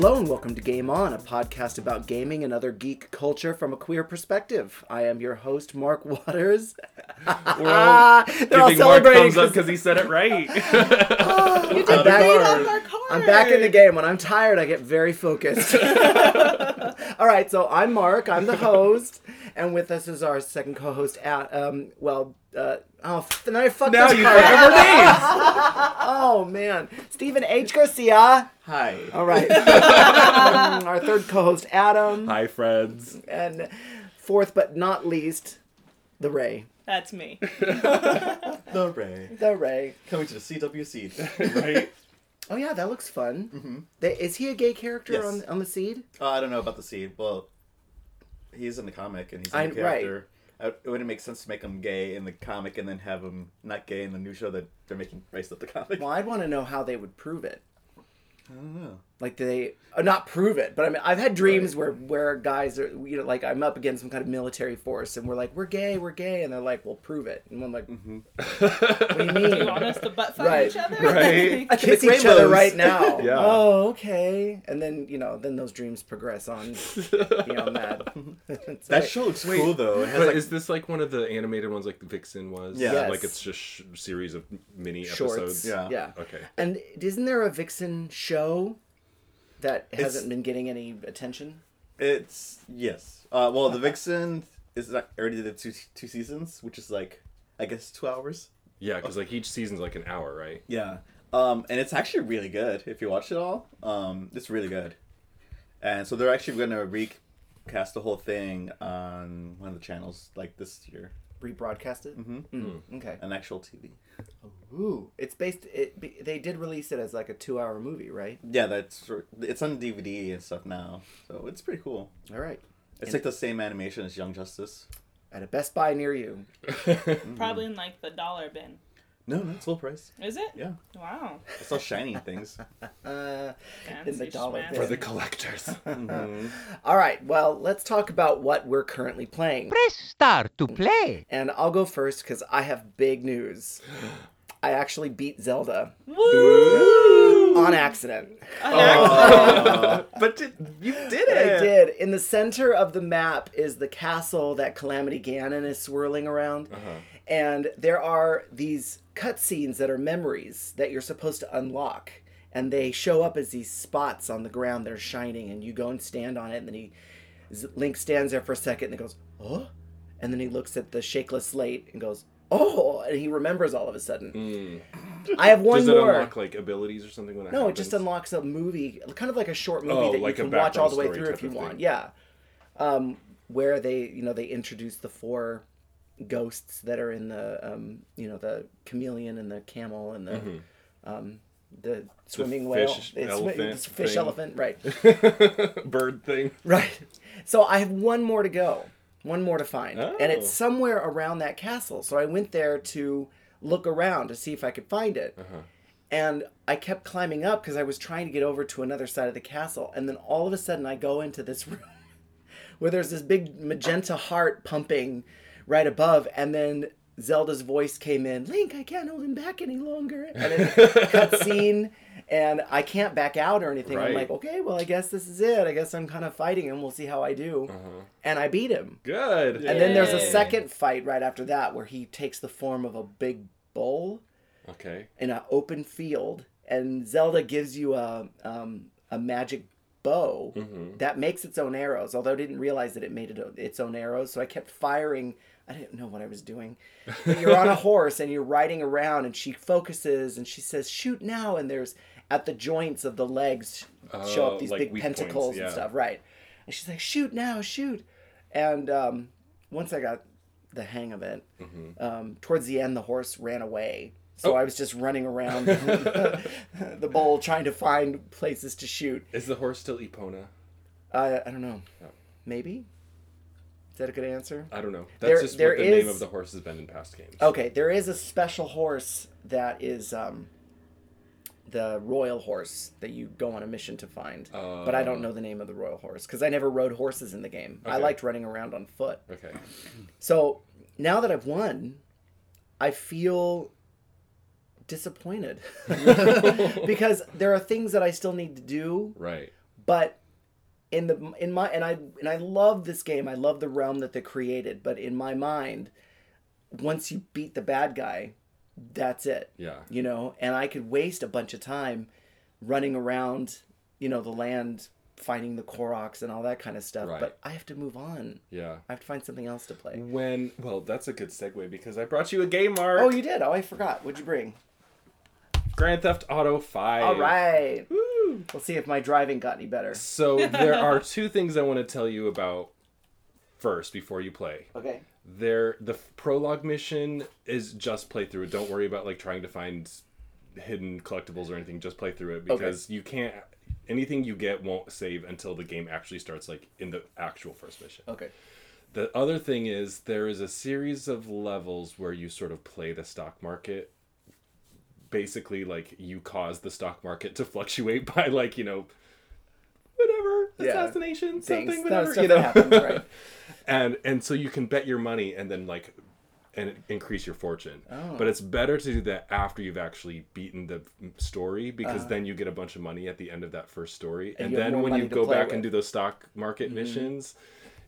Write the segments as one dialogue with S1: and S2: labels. S1: Good Game On, a podcast about gaming and other geek culture from a queer perspective. I am your host, Mark Waters.
S2: We're
S1: They're all
S2: all giving Mark
S1: celebrating
S2: thumbs up because he said it right.
S3: You
S1: I'm
S3: did
S1: back-
S3: great on our card.
S1: I'm back in the game. When I'm tired, I get very focused. All right, so I'm Mark. I'm the host, and with us is our second co-host. At um, well, uh, oh, f- now I fucked
S2: now
S1: this
S2: you
S1: part
S2: forget
S1: up.
S2: our names.
S1: Oh man, Stephen H. Garcia.
S4: Hi.
S1: All right, Um, our third co-host Adam,
S2: Hi, friends.
S1: and fourth but not least, the Ray.
S3: That's me.
S4: The Ray.
S1: The Ray.
S4: Coming to the CWC.
S2: Right?
S1: Oh yeah, that looks fun. They, is he a gay character
S4: Mm-hmm. Yes.
S1: on on the seed?
S4: Uh, I don't know about the seed. Well, he's in the comic and he's in
S1: I-
S4: the character. I, it wouldn't make sense to make him gay in the comic and then have him not gay in the new show that they're making based up the comic.
S1: Well, I'd want to know how they would prove it.
S4: I don't know.
S1: like they uh, not prove it but i mean i've had dreams where where guys are you know like i'm up against some kind of military force and we're like we're gay we're gay and they're like well prove it and i'm like
S4: Mm-hmm.
S1: what do you
S3: You
S1: mean
S3: want us to butt fuck
S1: Right.
S3: each other?
S2: Right.
S3: Like,
S1: kiss each
S4: Rainbows.
S1: other right now
S2: Yeah.
S1: oh okay and then you know then those dreams progress on beyond that It's
S4: That
S1: like-
S4: show looks
S2: Wait,
S4: cool though. It has
S2: But
S4: like
S2: is this like one of the animated ones, like the Vixen was?
S4: Yeah.
S1: Yes.
S2: Like it's just sh- series of mini
S1: shorts
S2: episodes.
S4: Yeah.
S1: yeah
S2: Okay.
S1: and isn't there a vixen show that
S4: It's-
S1: hasn't been getting any attention
S4: it's yes. Uh, well, the Vixen is not already did two two seasons, which is like I guess two hours.
S2: Yeah, because like each season's like an hour, right?
S4: Yeah. Um, and it's actually really good if you watch it all. Um, it's really good. And so they're actually going to recast the whole thing on one of the channels like this year,
S1: rebroadcasted mm-hmm. okay
S4: an actual TV.
S1: Ooh, it's based. It be- they did release it as like a two-hour movie, right?
S4: Yeah, that's it's on DVD and stuff now. So it's pretty cool.
S1: All right,
S4: It's like the same animation as Young Justice.
S1: at a Best Buy near you.
S2: Mm.
S3: Probably in like the dollar bin.
S4: No, no, it's full price.
S3: Is it?
S4: Yeah,
S3: Wow.
S4: it's all shiny things.
S1: Uh,
S3: Fancy
S1: dollar
S3: schmancy.
S1: bin.
S2: For the collectors.
S1: all right, well, let's talk about what we're currently playing.
S5: Press star to play.
S1: And I'll go first because I have big news. I actually beat Zelda
S3: Woo!
S1: on accident. Oh,
S2: but did, you did
S1: I did. In the center of the map is the castle that Calamity Ganon is swirling around. And there are these cutscenes that are memories that you're supposed to unlock. And they show up as these spots on the ground. They're shining, and you go and stand on it. And then he, Z- Link stands there for a second and goes, Oh? And then he looks at the shakeless slate and goes, Oh! And he remembers all of a sudden. I have one
S2: Hmm. Does it
S1: more.
S2: unlock like abilities or something when it
S1: No, it
S2: happens?
S1: just unlocks a movie, kind of like a short movie
S2: Oh,
S1: that
S2: like a
S1: you can watch all the way
S2: background
S1: through
S2: story
S1: if you
S2: type of
S1: want.
S2: thing.
S1: Yeah, um, where they, you know, they introduce the four ghosts that are in the, um, you know, the chameleon and the camel and the, um, the swimming whale,
S2: Mm-hmm.
S1: the
S2: fish
S1: swi-
S2: elephant
S1: the fish
S2: thing.
S1: elephant, right?
S2: bird thing.
S1: Right. So I have one more to go, one more to find, and
S2: Oh.
S1: it's somewhere around that castle. So I went there to look around to see if I could find it. And I kept climbing up because I was trying to get over to another side of the castle. And then all of a sudden, I go into this room where there's this big magenta heart pumping right above, and then Zelda's voice came in, Link, I can't hold him back any longer. And then cutscene, and I can't back out or anything. I'm
S2: Right.
S1: like, okay, well, I guess this is it. I guess I'm kind of fighting him. We'll see how I do. And I beat him.
S2: Good.
S1: And then there's a
S3: Yay.
S1: second fight right after that where he takes the form of a big bull
S2: Okay.
S1: in an open field, and Zelda gives you a um, a magic bow
S2: Mm-hmm.
S1: that makes its own arrows. Although I didn't realize that it made it o- its own arrows, so I kept firing. I didn't know what I was doing. But you're on a horse and you're riding around, and she focuses and she says, "Shoot now!" And there's at the joints of the legs show
S2: Oh,
S1: up these
S2: like
S1: big
S2: weak points,
S1: pentacles
S2: yeah.
S1: and stuff, right? And she's like, "Shoot now, shoot!" And um, once I got the hang of it, um, towards the end the horse ran away so i was just running around the bowl trying to find places to shoot
S2: Is the horse still Epona?
S1: uh, i don't know maybe is that a good answer
S2: I don't know. That's
S1: There-
S2: just
S1: there
S2: what the
S1: is- Oh.
S2: name of the horse has been in past games.
S1: okay there is a special horse that is um, the royal horse that you go on a mission to find but i don't know the name of the royal horse because i never rode horses in the game i
S2: Okay.
S1: liked running around on foot
S2: Okay.
S1: so now that i've won i feel disappointed because there are things that I still need to do,
S2: Right.
S1: but in the in my and I and I love this game. I love the realm that they created, but in my mind, once you beat the bad guy, that's it.
S2: Yeah.
S1: You know, and I could waste a bunch of time running around, you know, the land finding the Koroks and all that kind of stuff,
S2: Right.
S1: but I have to move on.
S2: Yeah.
S1: I have to find something else to play.
S2: When well, that's a good segue because I brought you a game art.
S1: Oh, you did. Oh, I forgot. What'd you bring?
S2: Grand Theft Auto Five.
S1: All right. We'll see if my driving got any better.
S2: So there are two things I want to tell you about first before you play.
S1: Okay.
S2: There, the f- prologue mission is just play through it. Don't worry about like trying to find hidden collectibles or anything. Just play through it because you can't. Anything you get won't save until the game actually starts, like in the actual first mission.
S1: Okay.
S2: The other thing is there is a series of levels where you sort of play the stock market. Basically, like you cause the stock market to fluctuate by like you know, whatever
S1: Yeah.
S2: assassination,
S1: Things. that
S2: something, whatever
S1: was
S2: you
S1: stuff
S2: know.
S1: that happens, right?
S2: and and so you can bet your money and then like, and increase your fortune.
S1: Oh.
S2: But it's better to do that after you've actually beaten the story because then you get a bunch of money at the end of that first story, and,
S1: Uh. you have
S2: then
S1: more
S2: when
S1: money
S2: you
S1: to
S2: go
S1: play
S2: back
S1: with. Mm-hmm.
S2: and do those stock market missions,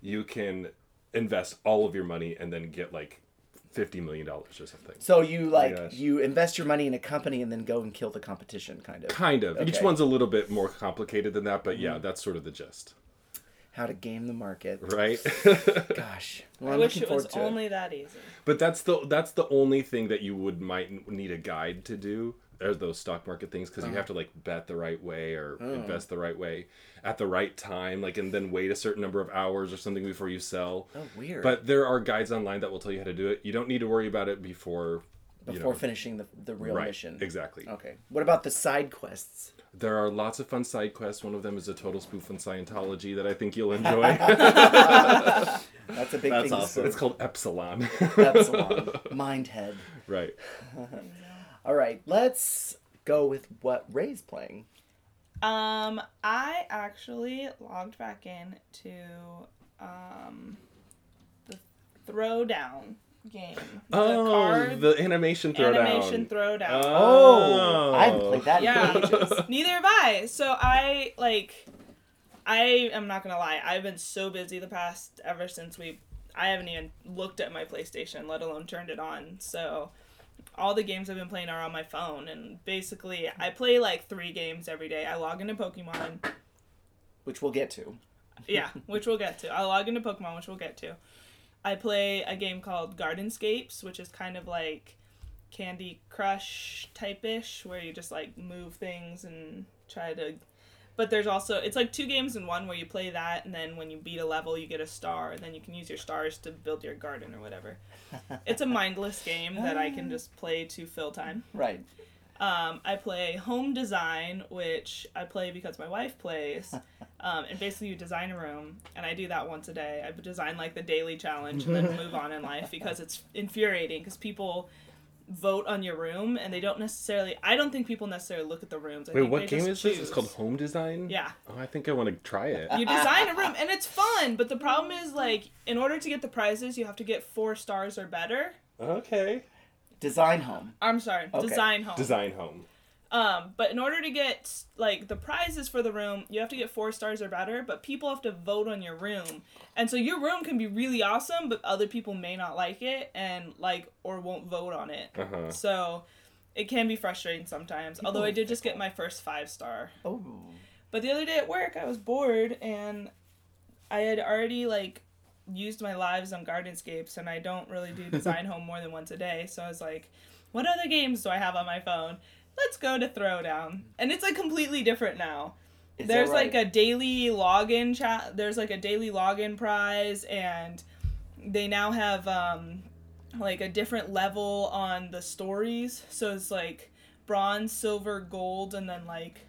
S2: you can invest all of your money and then get like fifty million dollars or something.
S1: So you like
S2: Oh gosh.
S1: you invest your money in a company and then go and kill the competition, kind of.
S2: Kind of. Each
S1: Okay. Mm-hmm.
S2: one's a little bit more complicated than that, but yeah, that's sort of the gist,
S1: How to game the market.
S2: right?
S1: Gosh, well,
S3: I
S1: I'm
S3: wish
S1: looking
S3: it
S1: forward
S3: was
S1: to it.
S3: only that easy.
S2: but that's the that's the only thing that you would might need a guide to do are those stock market things because you have to like bet the right way or invest the right way at the right time, like and then wait a certain number of hours or something before you sell.
S1: Oh, weird.
S2: But there are guides online that will tell you how to do it. You don't need to worry about it before you
S1: before
S2: know,
S1: finishing the the real
S2: right,
S1: mission. Oh.
S2: Exactly.
S1: Okay. What about the side quests?
S2: There are lots of fun side quests. One of them is a total spoof on Scientology that I think you'll enjoy.
S1: That's a big
S4: That's
S1: thing.
S4: awesome.
S2: it's called Epsilon.
S1: That's long. Mind head.
S2: right.
S1: All right, let's go with what Ray's playing.
S3: Um, I actually logged back in to um the Throwdown game. The
S2: oh,
S3: card
S2: the animation throwdown.
S3: animation Throwdown.
S2: Oh.
S1: I haven't played that
S3: Yeah.
S1: in ages.
S3: Neither have I. So I like I am not gonna lie, I've been so busy the past ever since we I haven't even looked at my PlayStation, let alone turned it on. So all the games I've been playing are on my phone and basically I play like three games every day. I log into Pokemon.
S1: Which we'll get to.
S3: yeah, which we'll get to. I log into Pokemon, which we'll get to. I play a game called Gardenscapes, which is kind of like Candy Crush type ish, where you just like move things and try to. But there's also it's like two games in one where you play that, and then when you beat a level, you get a star, and then you can use your stars to build your garden or whatever. it's a mindless game that I can just play to fill time.
S1: Right.
S3: Um, I play home design, which I play because my wife plays. Um, and basically, you design a room, and I do that once a day. I design like the daily challenge and then move on in life because it's infuriating because people vote on your room and they don't necessarily. I don't think people necessarily look at the rooms. I
S2: Wait,
S3: think
S2: what
S3: they
S2: game is
S3: just
S2: this? It's
S3: choose.
S2: called Home Design?
S3: Yeah.
S2: Oh, I think I want to try it.
S3: You design a room, and it's fun. But the problem is, like, in order to get the prizes, you have to get four stars or better.
S2: okay.
S1: Design home.
S3: I'm sorry,
S1: Okay.
S3: design home.
S2: Design Home.
S3: Um, but in order to get like the prizes for the room, you have to get four stars or better. But people have to vote on your room, and so your room can be really awesome, but other people may not like it and like or won't vote on it.
S2: Uh-huh.
S3: So it can be frustrating sometimes. Although I did just get my first five star.
S1: Oh.
S3: But the other day at work, I was bored and I had already like used my lives on gardenscapes, and I don't really do design home more than once a day. So I was like, what other games do I have on my phone? Let's go to Throwdown, and it's like completely different now.
S1: Is that
S3: there's
S1: right?
S3: like a daily login chat. There's like a daily login prize, and they now have um, like a different level on the stories. So it's like bronze, silver, gold, and then like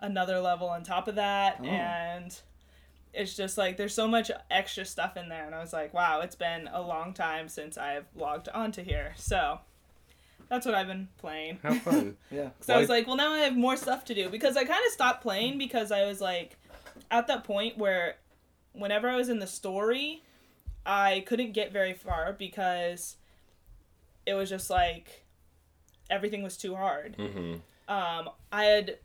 S3: another level on top of that.
S1: Oh.
S3: And it's just like there's so much extra stuff in there. And I was like, wow, it's been a long time since I've logged onto here. So that's what I've been playing.
S2: How fun.
S1: Yeah.
S3: So I was
S2: Why-
S3: like, well, now I have more stuff to do because I kind of stopped playing because I was like, at that point where, whenever I was in the story, I couldn't get very far because it was just like everything was too hard. Um, I had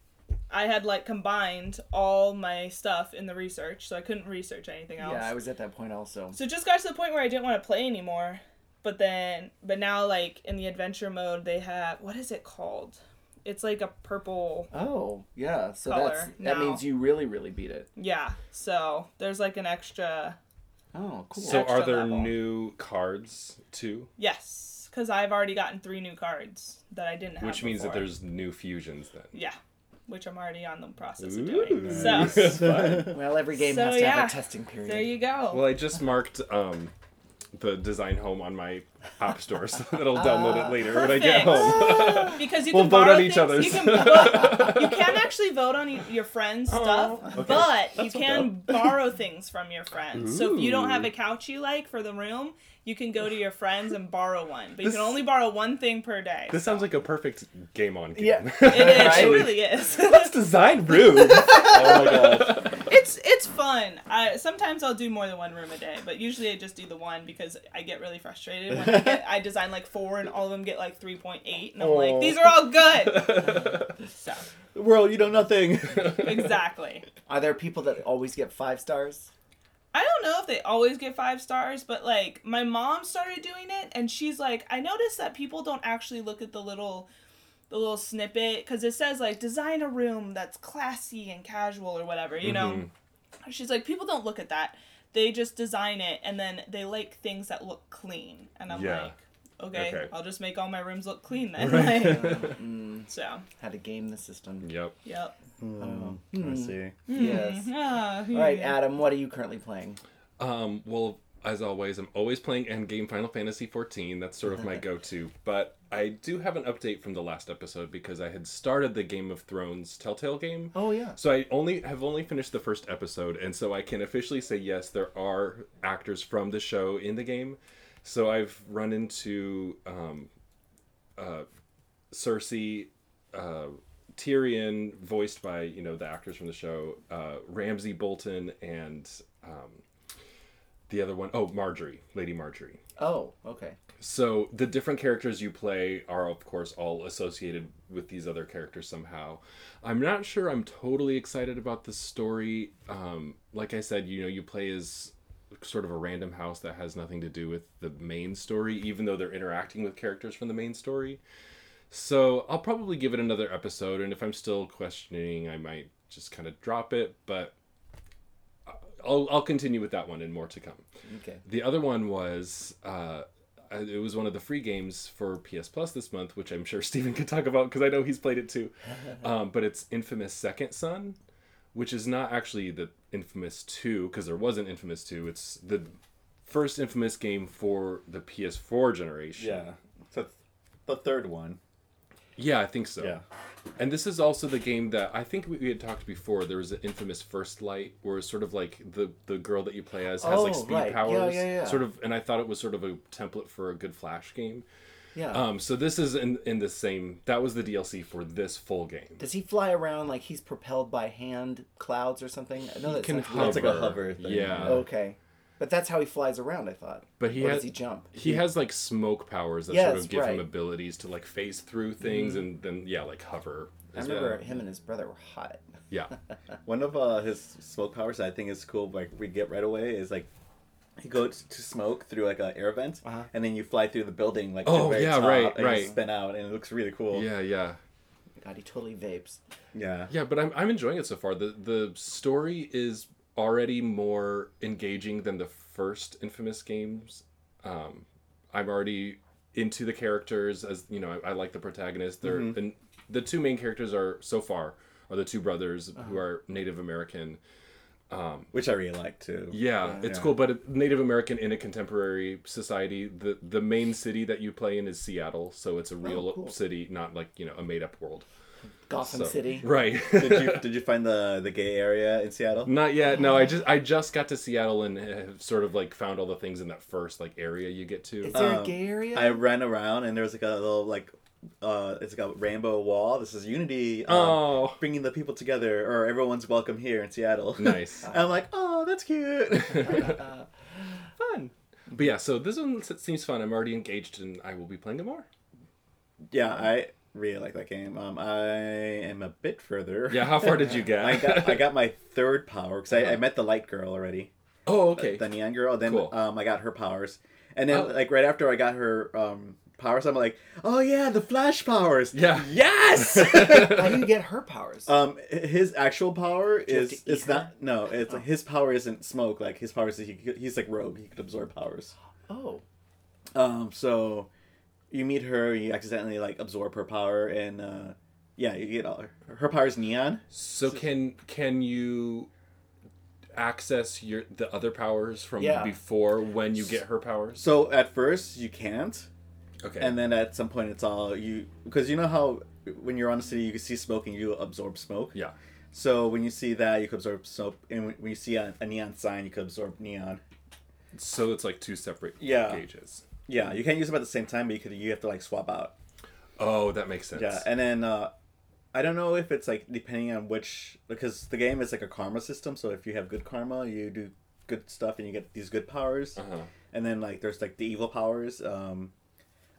S3: I had like combined all my stuff in the research, so I couldn't research anything else.
S1: Yeah, I was at that point also.
S3: So it just got to the point where I didn't want to play anymore. But then, but now, like in the adventure mode, they have what is it called? It's like a purple.
S1: Oh, yeah. So
S3: Color
S1: that's that
S3: now.
S1: means you really, really beat it.
S3: Yeah. So there's like an extra.
S1: Oh, cool.
S2: So are
S3: Extra
S2: there
S3: level.
S2: new cards too?
S3: Yes, because I've already gotten three new cards that I didn't have.
S2: Which means that
S3: before.
S2: there's new fusions then.
S3: Yeah, which I'm already on the process of
S2: Ooh,
S3: doing. So
S2: nice. Fun.
S1: well, every game
S3: So,
S1: has to have
S3: yeah.
S1: a testing period.
S3: there you go.
S2: Well, I just marked um, the design home on my app store, so that I'll download it later when I get
S3: perfect.
S2: home.
S3: because you
S2: We'll
S3: can
S2: vote
S3: borrow
S2: on each
S3: things-
S2: other's.
S3: You can, vote- you can actually vote on e- your friend's stuff, but you can borrow things from your friends. So if you don't have a couch you like for the room, you can go to your friends and borrow one. But you
S2: This-
S3: can only borrow one thing per day.
S2: This sounds like a perfect game on game.
S1: Yeah.
S3: it is.
S1: Right?
S3: It really is.
S2: Let's design room.
S4: Oh my god.
S3: it's it's fun. I, sometimes I'll do more than one room a day, but usually I just do the one because I get really frustrated when I, get, I design like four and all of them get like three point eight, and I'm
S4: Aw.
S3: like, these are all good. so
S4: World, you know nothing.
S3: exactly.
S1: Are there people that always get five stars?
S3: I don't know if they always get five stars, but like my mom started doing it, and she's like, I noticed that people don't actually look at the little, the little snippet because it says like design a room that's classy and casual or whatever, you know.
S4: Mm-hmm.
S3: She's like, people don't look at that. They just design it, and then they like things that look clean. And I'm
S2: Yeah.
S3: like, okay,
S2: Okay.
S3: I'll just make all my rooms look clean then. Like,
S1: Mm.
S3: so,
S1: How to game the system?
S2: yep.
S3: yep. Mm-hmm.
S1: Oh.
S4: I Um, see.
S3: Hmm.
S1: Yes.
S3: Yeah.
S1: All right, Adam. What are you currently playing?
S2: Um, well, as always, I'm always playing Endgame Final Fantasy XIV. That's sort of my go-to. But I do have an update from the last episode because I had started the Game of Thrones Telltale game.
S1: Oh yeah.
S2: So I only have only finished the first episode, and so I can officially say yes, there are actors from the show in the game. So I've run into um, uh, Cersei, uh, Tyrion, voiced by you know the actors from the show, uh, Ramsey Bolton, and um, the other one, oh Marjorie, Lady Marjorie.
S1: Oh, okay.
S2: So the different characters you play are, of course, all associated with these other characters somehow. I'm not sure. I'm totally excited about this story. Um, like I said, you know, you play as sort of a random house that has nothing to do with the main story, even though they're interacting with characters from the main story. So I'll probably give it another episode, and if I'm still questioning, I might just kind of drop it. But I'll I'll continue with that one and more to come.
S1: Okay.
S2: The other one was uh, I- it was one of the free games for PS Plus this month, which I'm sure Steven could talk about because I know he's played it too. Um, but it's Infamous Second Son, which is not actually the Infamous Two because there was an Infamous Two. It's the first Infamous game for the PS4 generation.
S4: Yeah. So the third one.
S2: Yeah, I think so.
S4: Yeah.
S2: And this is also the game that I think we we had talked before. There was an infamous First Light, where it's sort of like the the girl that you play as has
S1: Oh,
S2: like speed
S1: right. Yeah,
S2: powers,
S1: yeah, yeah.
S2: sort of. And I thought it was sort of a template for a good Flash game.
S1: Yeah.
S2: Um, so this is in in the same. That was the DLC for this full game.
S1: Does he fly around like he's propelled by hand clouds or something? I know that sounds weird.
S4: It's like a hover thing.
S2: Yeah,
S1: Okay. But that's how he flies around, I thought.
S2: but he
S1: or
S2: has
S1: Oh, does he jump?
S2: He has like smoke powers that sort
S1: Yes,
S2: of give
S1: right. Mm.
S2: him abilities to like phase through things and then yeah, like hover.
S1: I remember him and his brother were hot.
S2: Yeah,
S4: One of uh, his smoke powers that I think is cool, like we get right away, is like you go t- to smoke through like an air vent, and then you fly through the building like to the
S2: Uh-huh. Oh,
S4: very
S2: yeah,
S4: top,
S2: right,
S4: and you
S2: right.
S4: spin out, and it looks really cool.
S2: yeah, yeah.
S1: God, he totally vapes.
S4: yeah.
S2: Yeah, but I'm, I'm enjoying it so far. The the story is already more engaging than the first Infamous games. Um, I'm already into the characters as you know. I, I like the protagonist. They're and the two main characters are so far are the two brothers who are Native American.
S4: which I really like too.
S2: Yeah, it's
S4: Yeah.
S2: cool. But Native American in a contemporary society, the the main city that you play in is Seattle, so it's a real
S1: cool.
S2: city, not like you know a made up world.
S1: Gotham
S2: So-
S1: City.
S2: right?
S4: did you did you find the the gay area in Seattle?
S2: Not yet. No, I just I just got to Seattle and have sort of like found all the things in that first like area you get to.
S1: Is there
S4: Um,
S1: a gay area?
S4: I ran around and there was like a little like uh it's like a rainbow wall. This is unity. um,
S2: Oh.
S4: bringing the people together or everyone's welcome here in Seattle.
S2: Nice.
S4: And I'm like, oh, that's cute.
S2: fun. But yeah, so this one s- seems fun. I'm already engaged and I will be playing it more.
S4: yeah, I really like that game. Um, I am a bit further.
S2: Yeah, how far did you get?
S4: I got I got my third power because I, I met the light girl already,
S2: oh, okay.
S4: the neon girl. Then
S2: Cool.
S4: um, I got her powers, and then
S2: Oh.
S4: like right after I got her um powers, I'm like, oh yeah, the flash powers.
S2: Yeah.
S4: Yes.
S1: How do you get her powers?
S2: Uh,
S4: um, his actual power
S1: you have
S4: is
S1: to eat
S4: it's
S1: her?
S4: not no, it's his power isn't smoke. Like his powers, is he could- he's like rogue. He could absorb powers.
S1: oh,
S4: Um, so you meet her, you accidentally like absorb her power, and uh, yeah, you get all her, her power is neon.
S2: So can can you access your the other powers from
S1: Yeah.
S2: before when you get her powers?
S4: So at first you can't,
S2: Okay.
S4: and then at some point it's all you because you know how when you're on the city you can see smoke and you absorb smoke.
S2: yeah.
S4: So when you see that you can absorb smoke, and when- when you see a, a neon sign you can absorb neon.
S2: So it's like two separate
S4: Yeah.
S2: gauges.
S4: Yeah, you can't use them at the same time, but you could you have to like swap out.
S2: Oh, that makes sense.
S4: Yeah, and then uh, I don't know if it's like depending on which because the game is like a karma system. So if you have good karma, you do good stuff and you get these good powers.
S2: Uh-huh.
S4: And then like there's like the evil powers. Um,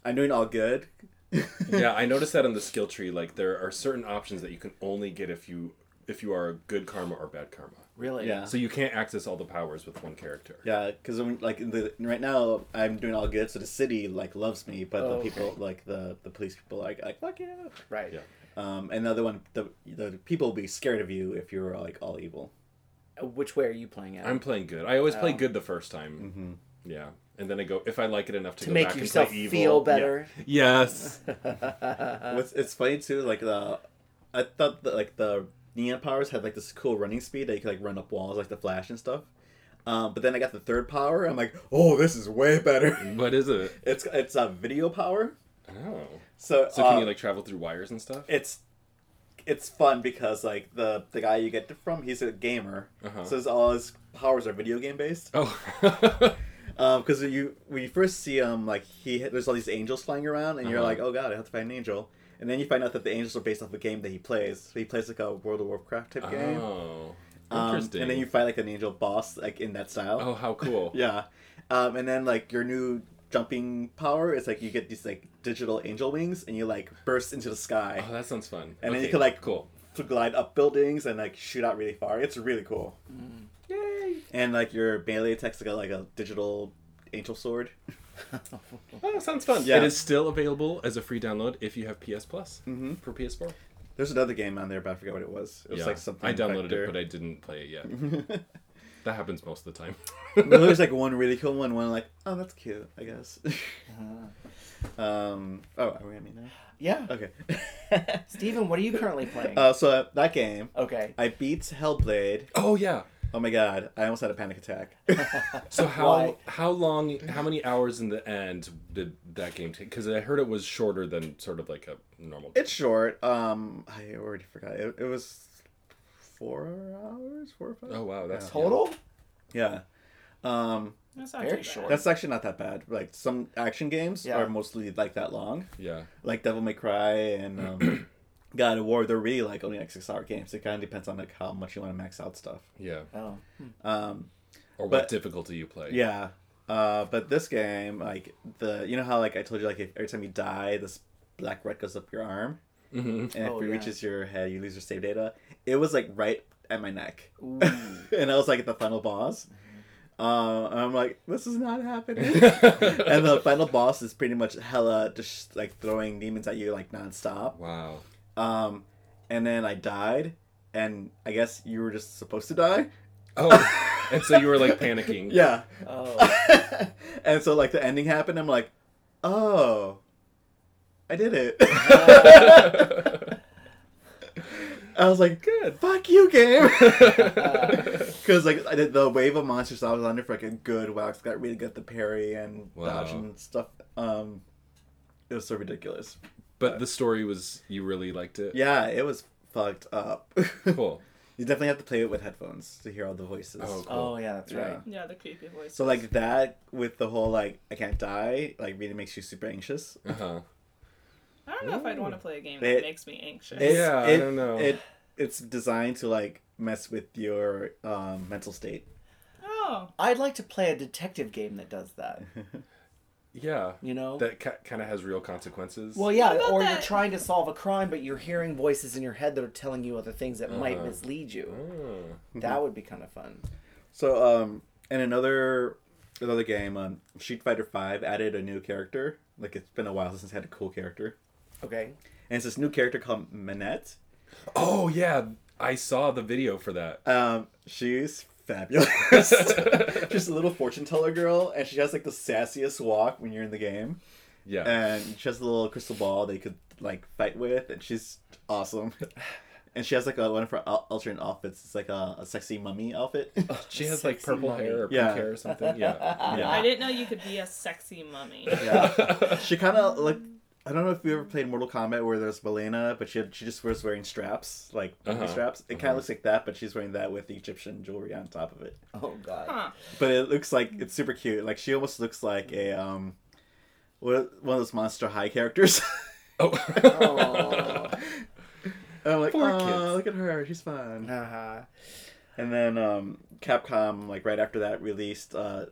S4: I'm doing all good.
S2: yeah, I noticed that on the skill tree. Like there are certain options that you can only get if you if you are a good karma or bad karma.
S1: really?
S4: Yeah,
S2: So you can't access all the powers with one character.
S4: yeah. Because like in the, right now I'm doing all good, so the city like loves me, but
S1: Oh,
S4: the people like the the police people like like fuck you.
S1: Right.
S2: Yeah.
S4: Um, and the other one, the the people will be scared of you if you're like all evil.
S1: Uh, Which way are you playing at?
S2: I'm playing good. I always play
S1: Oh.
S2: good the first time. Mm-hmm. Yeah, and then I go if I like it enough to,
S1: to
S2: go
S1: make
S2: back
S1: yourself
S2: and play evil.
S1: feel better.
S2: Yeah. Yes.
S4: What's it's funny too, like the I thought that like the neon powers had like this cool running speed that you could like run up walls like the flash and stuff. Um, but then I got the third power. I'm like, oh, this is way better.
S2: what is it?
S4: It's it's a video power.
S2: Oh.
S4: So
S2: So can
S4: uh,
S2: you like travel through wires and stuff?
S4: it's it's fun because like the the guy you get it from he's a gamer,
S2: Uh-huh.
S4: so his, all his powers are video game based.
S2: Oh.
S4: Because Um, you when you first see him, like he there's all these angels flying around, and you're
S2: Uh-huh.
S4: like, oh god, I have to find an angel. And then you find out that the angels are based off a game that he plays. So he plays like a World of Warcraft type game.
S2: Oh.
S4: Um,
S2: Interesting.
S4: and then you fight like an angel boss, like in that style.
S2: Oh, how cool.
S4: Yeah. Um, and then like your new jumping power is like you get these like digital angel wings, and you like burst into the sky,
S2: Oh, that sounds fun.
S4: and then you
S2: Okay,
S4: can like
S2: cool.
S4: to glide up buildings and like shoot out really far. It's really cool.
S2: Mm.
S4: Yay! And like your melee attacks got like a digital angel sword.
S2: Oh, that sounds fun.
S4: Yeah.
S2: It is still available as a free download if you have PS Plus
S4: Mm-hmm.
S2: for PS4.
S4: The's another game on there, but I forgot what it was. It was like something.
S2: I downloaded it, but I didn't play it yet. that happens most of the time.
S4: but there's like one really cool one. One like, oh, that's cute, I guess. um. Oh, are we at me now?
S1: Uh-huh. Yeah.
S2: Uh,
S4: Okay.
S1: Steven, what are you currently playing?
S4: uh, so uh, that game,
S1: okay.
S4: I beat Hellblade.
S2: oh yeah.
S4: Oh my god, I almost had a panic attack.
S2: So how
S1: Why?
S2: how long how many hours in the end did that game take? Because I heard it was shorter than sort of like a normal. game.
S4: it's short. Um, I already forgot. It, it was four hours, four or five.
S2: Oh wow, that's
S1: Total?
S4: Yeah. Um,
S3: That's not
S1: Very
S3: too bad.
S1: short.
S4: that's actually not that bad. Like some action games
S1: Yeah.
S4: are mostly like that long.
S2: Yeah.
S4: like Devil May Cry and um, God of War, they're really like only like six hour games. It kind of depends on like how much you want to max out stuff.
S2: Yeah.
S1: Oh.
S4: Um,
S2: Or what
S4: But-
S2: difficulty you play.
S4: yeah, uh, but this game, like the you know how like I told you, like if, every time you die, this black red goes up your arm,
S2: hmm
S4: and
S1: Oh,
S4: if it
S1: yeah.
S4: reaches your head, you lose your save data. It was like right at my neck,
S1: Ooh.
S4: and I was like at the final boss. Uh, and I'm like, this is not happening. and the final boss is pretty much hella just like throwing demons at you like nonstop.
S2: Wow.
S4: Um, and then I died, and I guess you were just supposed to die.
S2: Oh, and so you were like panicking.
S4: Yeah.
S1: Oh.
S4: and so like the ending happened. I'm like, oh, I did it. I was like, good, fuck you, game. Because like I did the wave of monsters I was under for like a good while. 'cause I got really good at the parry and
S2: Wow.
S4: dodge and stuff. Um, it was so ridiculous.
S2: But the story was you really liked it.
S4: Yeah, it was fucked up.
S2: Cool.
S4: You definitely have to play it with headphones to hear all the voices.
S2: Oh, cool.
S1: Oh, yeah, that's right.
S3: Yeah, the creepy voice.
S4: So like that with the whole like I can't die like really makes you super anxious.
S2: Uh-huh.
S3: I don't know if I'd want to play a game
S4: It-
S3: that makes me anxious.
S4: It's-
S2: Yeah, I
S4: it-
S2: don't know.
S4: It it's designed to like mess with your um, mental state.
S3: oh,
S1: I'd like to play a detective game that does that.
S2: Yeah.
S1: You know?
S2: That ca- kind of has real consequences.
S1: Well, yeah,
S3: about
S1: or you're
S3: that-
S1: trying to solve a crime, but you're hearing voices in your head that are telling you other things that might
S2: Uh-huh.
S1: mislead you.
S2: Oh.
S1: That would be kind of fun.
S4: So, um, in another another game, um, Street Fighter Five added a new character. Like it's been a while since it's had a cool character,
S1: Okay.
S4: and it's this new character called Manette.
S2: Oh, yeah. I saw the video for that.
S4: Um, she's fabulous. she's a little fortune teller girl, and she has like the sassiest walk when you're in the game.
S2: Yeah.
S1: Eh.
S4: And she has a little crystal ball they could like fight with, and she's awesome. And she has like a, one of her al- alternate outfits. It's like a, a sexy mummy outfit.
S2: she has like
S1: Sexy
S2: purple
S1: mummy.
S2: hair or pink
S4: Yeah.
S2: hair or something. Yeah.
S3: I
S4: yeah.
S3: didn't know you could be a sexy mummy.
S4: yeah. She kind of like I don't know if you ever played Mortal Kombat where there's Belena, but she she just was wearing straps like mummy
S2: Uh-huh.
S4: straps. It kind of looks like that, but she's wearing that with Egyptian jewelry on top of it.
S1: Oh God.
S3: Huh.
S4: But it looks like it's super cute. Like she almost looks like a um, what one of those Monster High characters.
S2: Oh.
S4: And I'm like,
S2: Poor
S4: oh,
S2: kids."
S4: look at her, she's fun.
S1: Uh-huh.
S4: And then um, Capcom, like right after that, released uh,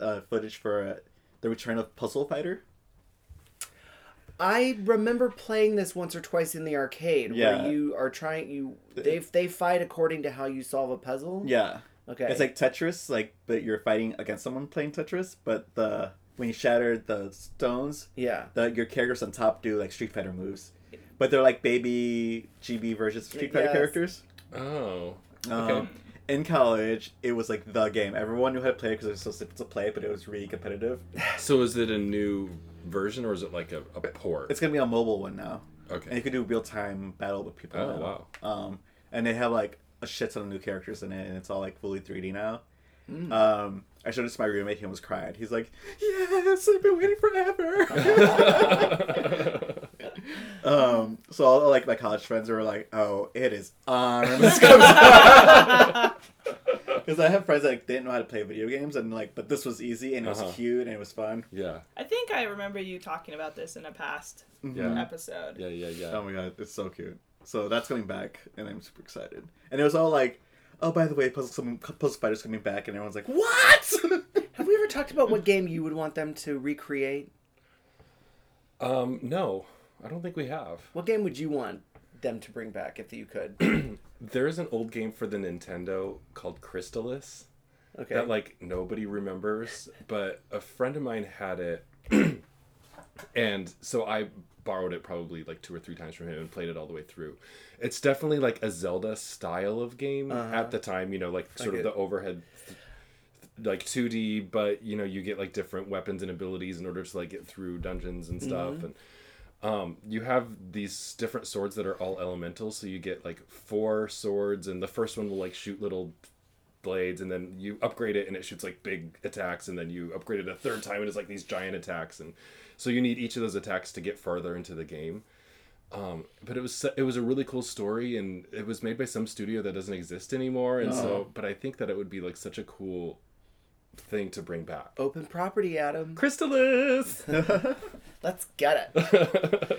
S4: uh, footage for uh, the Return of Puzzle Fighter.
S1: I remember playing this once or twice in the arcade
S4: Yeah.
S1: where you are trying you they they fight according to how you solve a puzzle.
S4: Yeah.
S1: Okay.
S4: It's like Tetris, like but you're fighting against someone playing Tetris, but the when you shatter the stones,
S1: yeah.
S4: the your characters on top do like Street Fighter moves. But they're like baby GB versions of Street Fighter
S1: Yes.
S4: characters.
S2: Oh.
S4: Um,
S2: Okay.
S4: In college, it was like the game. Everyone knew how to play because it was so simple to play, but it was really competitive.
S2: So is it a new version or is it like a, a port?
S4: It's gonna be a mobile one now, and
S2: okay.
S4: you can do real time battle with people.
S2: Oh,
S4: now.
S2: wow.
S4: Um, and they have like a shit ton of new characters in it, and it's all like fully 3D now.
S2: Hmm.
S4: Um, I showed this to my roommate. He almost cried. He's like, "Yes, I've been waiting forever." um, so all like my college friends were like, "Oh, it is on." when this comes Because I have friends that like, didn't know how to play video games, and like, but this was easy and it was
S2: Uh-huh.
S4: cute and it was fun.
S2: yeah.
S3: I think I remember you talking about this in a past
S1: Mm-hmm.
S2: Yeah.
S3: episode.
S2: Yeah. Yeah. Yeah.
S4: Oh my god, it's so cute. So that's coming back, and I'm super excited. And it was all like, oh, by the way, Puzzle, some, Puzzle Spider's coming back, and everyone's like, what?
S1: Have we ever talked about what game you would want them to recreate?
S2: Um. No, I don't think we have.
S1: What game would you want them to bring back if you could?
S2: There is an old game for the Nintendo called Crystalis.
S1: Okay.
S2: that like nobody remembers but a friend of mine had it and so i borrowed it probably like two or three times from him and played it all the way through it's definitely like a zelda style of game at the time you know like sort
S1: Like
S2: of
S1: a-
S2: the overhead th- like 2d but you know you get like different weapons and abilities in order to like get through dungeons and stuff and um, you have these different swords that are all elemental so you get like four swords and the first one will like shoot little blades and then you upgrade it and it shoots like big attacks and then you upgrade it a third time and it's like these giant attacks and so you need each of those attacks to get farther into the game um, but it was so- it was a really cool story and it was made by some studio that doesn't exist anymore and
S3: Oh.
S2: so but i think that it would be like such a cool thing to bring back
S1: Open property, Adam.
S2: crystalis
S1: Let's get it.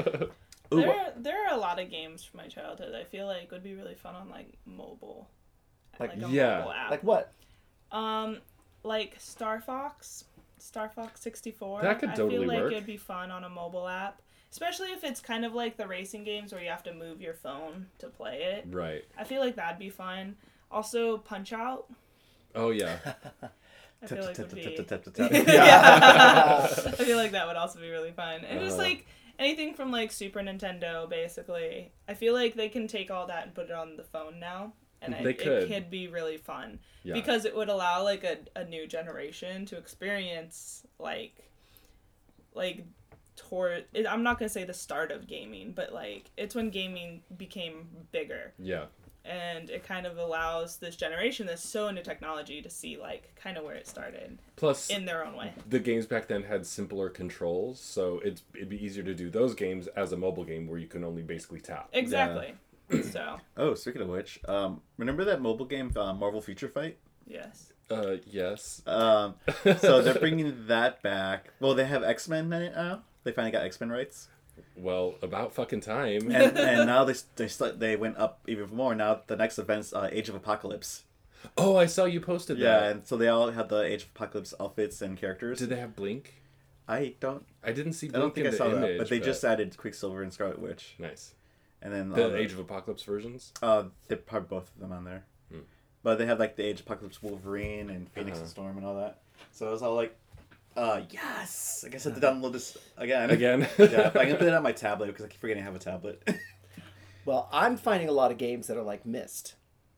S3: There, there are a lot of games from my childhood I feel like would be really fun on like mobile.
S1: Like-
S3: a
S2: yeah.
S3: mobile app.
S1: Like what?
S3: Um, like Star Fox, Star Fox 64.
S2: That could
S3: I
S2: totally
S3: feel like
S2: work.
S3: it'd be fun on a mobile app, especially if it's kind of like the racing games where you have to move your phone to play it.
S2: right
S3: I feel like that'd be fun. Also, Punch Out.
S2: oh yeah
S3: I feel like would be.
S4: Yeah.
S3: I feel like that would also be really fun. And just
S2: Uh.
S3: like anything from like Super Nintendo, basically. I feel like they can take all that and put it on the phone now. And I,
S2: They
S3: it
S2: could.
S3: could be really fun.
S2: Yeah.
S3: Because it would allow like a, a new generation to experience like like toward it- I'm not gonna say the start of gaming, but like it's when gaming became bigger
S2: yeah
S3: and it kind of allows this generation that's so into technology to see like kind of where it started
S2: plus
S3: in their own way.
S2: the games back then had simpler controls, so it's it'd be easier to do those games as a mobile game where you can only basically tap.
S3: Exactly. so
S4: Oh, speaking of which, um, remember that mobile game uh, Marvel Future Fight?
S3: yes.
S2: Uh, yes.
S4: Um, so they're bringing that back. Well, they have X Men now. They finally got X Men rights,
S2: Well, about fucking time.
S4: and, and now they they start, they went up even more. Now the next event's uh, Age of Apocalypse.
S2: oh, I saw you posted
S4: Yeah,
S2: that.
S4: and so they all had the Age of Apocalypse outfits and characters.
S2: Did they have Blink?
S4: I don't.
S2: I didn't see. Blink
S4: I don't think I
S2: in the
S4: saw
S2: image,
S4: that, but they just added Quicksilver and Scarlet Witch,
S2: nice.
S4: and then
S2: The
S4: uh,
S2: Age of Hmm. Apocalypse versions.
S4: uh, they're probably both of them on there. But they have like the Age of Apocalypse Wolverine and
S2: Uh-huh.
S4: Phoenix and Storm and all that. So I was all like, uh, yes! I guess I have to download this again.
S2: Uh-huh. Again.
S4: yeah, but I'm gonna put it on my tablet because I keep forgetting I have a tablet.
S1: Well, I'm finding a lot of games that are like Myst.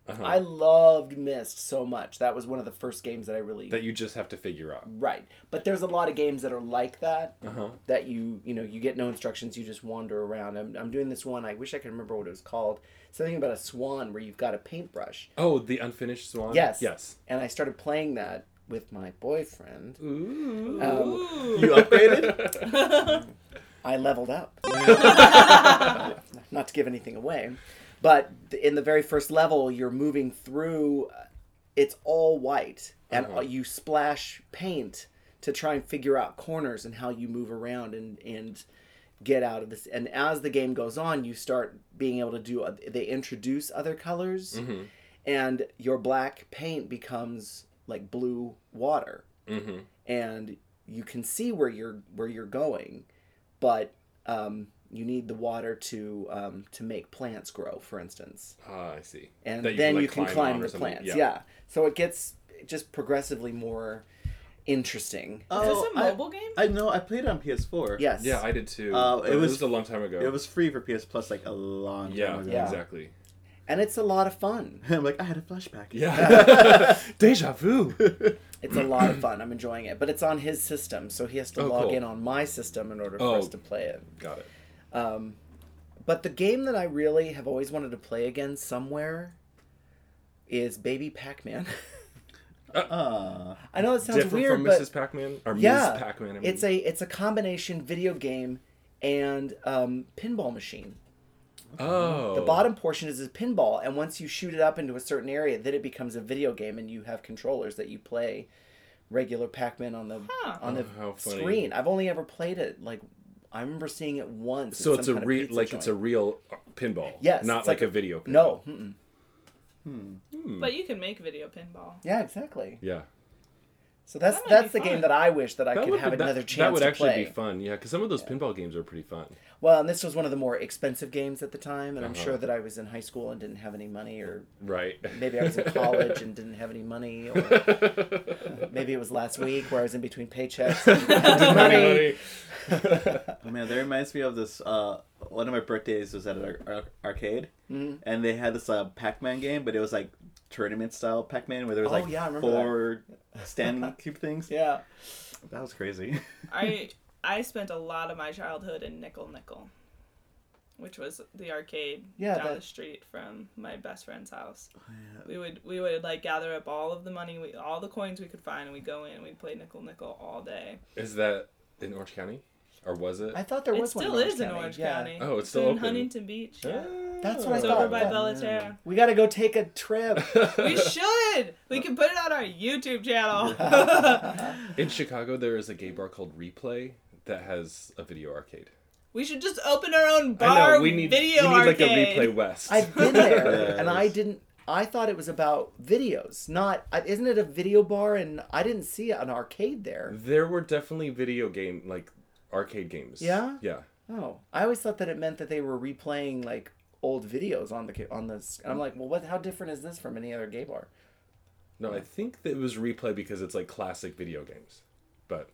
S2: Uh-huh.
S1: I loved Myst so much. That was one of the first games that I really
S2: that you just have to figure out.
S4: Mm-hmm.
S1: right. But there's a lot of games that are like that
S2: Uh-huh.
S1: that you you know you get no instructions. You just wander around. I'm I'm doing this one. I wish I could remember what it was called. Something about a swan where you've got a paintbrush.
S2: Oh, the unfinished swan.
S1: Yes.
S2: Yes.
S1: And I started playing that with my boyfriend.
S2: Ooh.
S1: Um,
S4: you upgraded?
S1: I leveled up. Not to give anything away, but th- in the very first level, you're moving through. uh, It's all white, and uh you splash paint to try and figure out corners and how you move around and and get out of this. And as the game goes on, you start being able to do. oth- They introduce other colors,
S2: Mm-hmm.
S1: and your black paint becomes like blue water
S2: Mm-hmm.
S1: and you can see where you're where you're going, but um, you need the water to um, to make plants grow, for instance,
S2: Ah, I see.
S1: and
S2: That
S1: then
S2: like,
S1: you can
S2: on
S1: climb
S2: or
S1: the
S2: something.
S1: plants. Yeah. so it gets just progressively more interesting.
S3: Is this a mobile game?
S4: Oh, I, I know. I played it on PS4.
S1: yes.
S2: Yeah, I did too.
S4: Uh,
S2: but
S4: it
S2: it, was,
S4: was-
S2: a long time ago.
S4: It was free for PS Plus like a long time
S2: Yeah,
S4: ago.
S1: Yeah.
S2: Exactly.
S1: and it's a lot of fun.
S4: I'm like, I had a flashback.
S2: Yeah. Deja vu.
S1: It's a lot of fun. I'm enjoying it, but it's on his system, so he has to
S2: Oh,
S1: log
S2: cool.
S1: in on my system in order for
S2: Oh.
S1: us to play it.
S2: Got it.
S1: But the game that I really have always wanted to play again somewhere is Baby Pac-Man.
S4: Uh,
S1: I know it sounds
S2: Different
S1: weird,
S2: from
S1: but
S2: Mrs. Pac-Man or Ms. Pac-Man. I mean.
S1: it's a it's a combination video game and um, pinball machine.
S2: oh
S1: The bottom portion is a pinball, and once you shoot it up into a certain area, then it becomes a video game, and you have controllers that you play regular Pac-Man on the
S3: Huh.
S1: on the
S2: Oh, how funny.
S1: screen. I've only ever played it like I remember seeing it once. at
S2: So it's
S1: some
S2: a
S1: kind of
S2: real
S1: pizza
S2: like it's a
S1: joint.
S2: real pinball.
S1: Yes,
S2: Not
S1: it's
S2: like,
S1: like
S2: a video. Pinball.
S1: no. Mm-mm.
S3: But you can make video pinball.
S1: Yeah, exactly.
S2: Yeah.
S1: So that's
S3: That might
S1: that's
S3: be
S1: the game
S3: fun.
S1: that I wish that I
S2: That
S1: could
S2: would,
S1: have
S2: that,
S1: another
S2: that
S1: chance
S2: would
S1: to
S2: actually
S1: play.
S2: be fun, yeah. Because some of those pinball games are pretty fun.
S1: Well, and this was one of the more expensive games at the time, and I'm
S2: Uh-huh.
S1: sure that I was in high school and didn't have any money, or
S2: Right.
S1: maybe I was in college and didn't have any money, or maybe it was last week where I was in between paychecks. and didn't have any money.
S4: oh man, that reminds me of this. Uh, one of my birthdays was at an ar- ar- arcade, and they had this uh, Pac-Man game, but it was like tournament style Pac-Man, where there was
S1: Oh,
S4: like
S1: yeah, I remember
S4: four standing cube things.
S1: Yeah.
S4: That was crazy.
S3: I I spent a lot of my childhood in Nickel Nickel, which was the arcade
S1: Yeah,
S3: down
S1: that-
S3: the street from my best friend's house.
S2: Oh,
S3: We would we would like gather up all of the money, we, all the coins we could find, and we'd go in and we'd play Nickel Nickel all day.
S2: Is that in Orange County, or was it?
S1: I thought there
S3: It
S1: was one.
S3: still
S1: in
S3: is in
S1: County.
S3: Orange
S1: Yeah.
S3: County.
S2: Oh, it's still
S3: in
S2: open. Ah.
S3: Huntington Beach. Yeah.
S2: Oh.
S1: That's what I
S3: It's
S1: thought.
S3: over by
S1: Yeah.
S3: Bellaterra.
S1: We got to go take a trip.
S3: We should. We can put it on our YouTube channel.
S2: In Chicago, there is a gay bar called Replay that has a video arcade.
S3: we should just open our own bar.
S2: we need
S3: video
S2: we need
S3: arcade.
S2: like a Replay West.
S1: I've been there, and I
S4: Yes.
S1: didn't. I thought it was about videos, not. I- Isn't it a video bar? And I didn't see an arcade there.
S2: There were definitely video game like arcade games.
S1: Yeah?
S2: Yeah.
S1: Oh, I always thought that it meant that they were replaying like old videos on the ca- on this. And I'm like, well, what? How different is this from any other gay bar?
S2: No, I think that it was Replay because it's like classic video games. But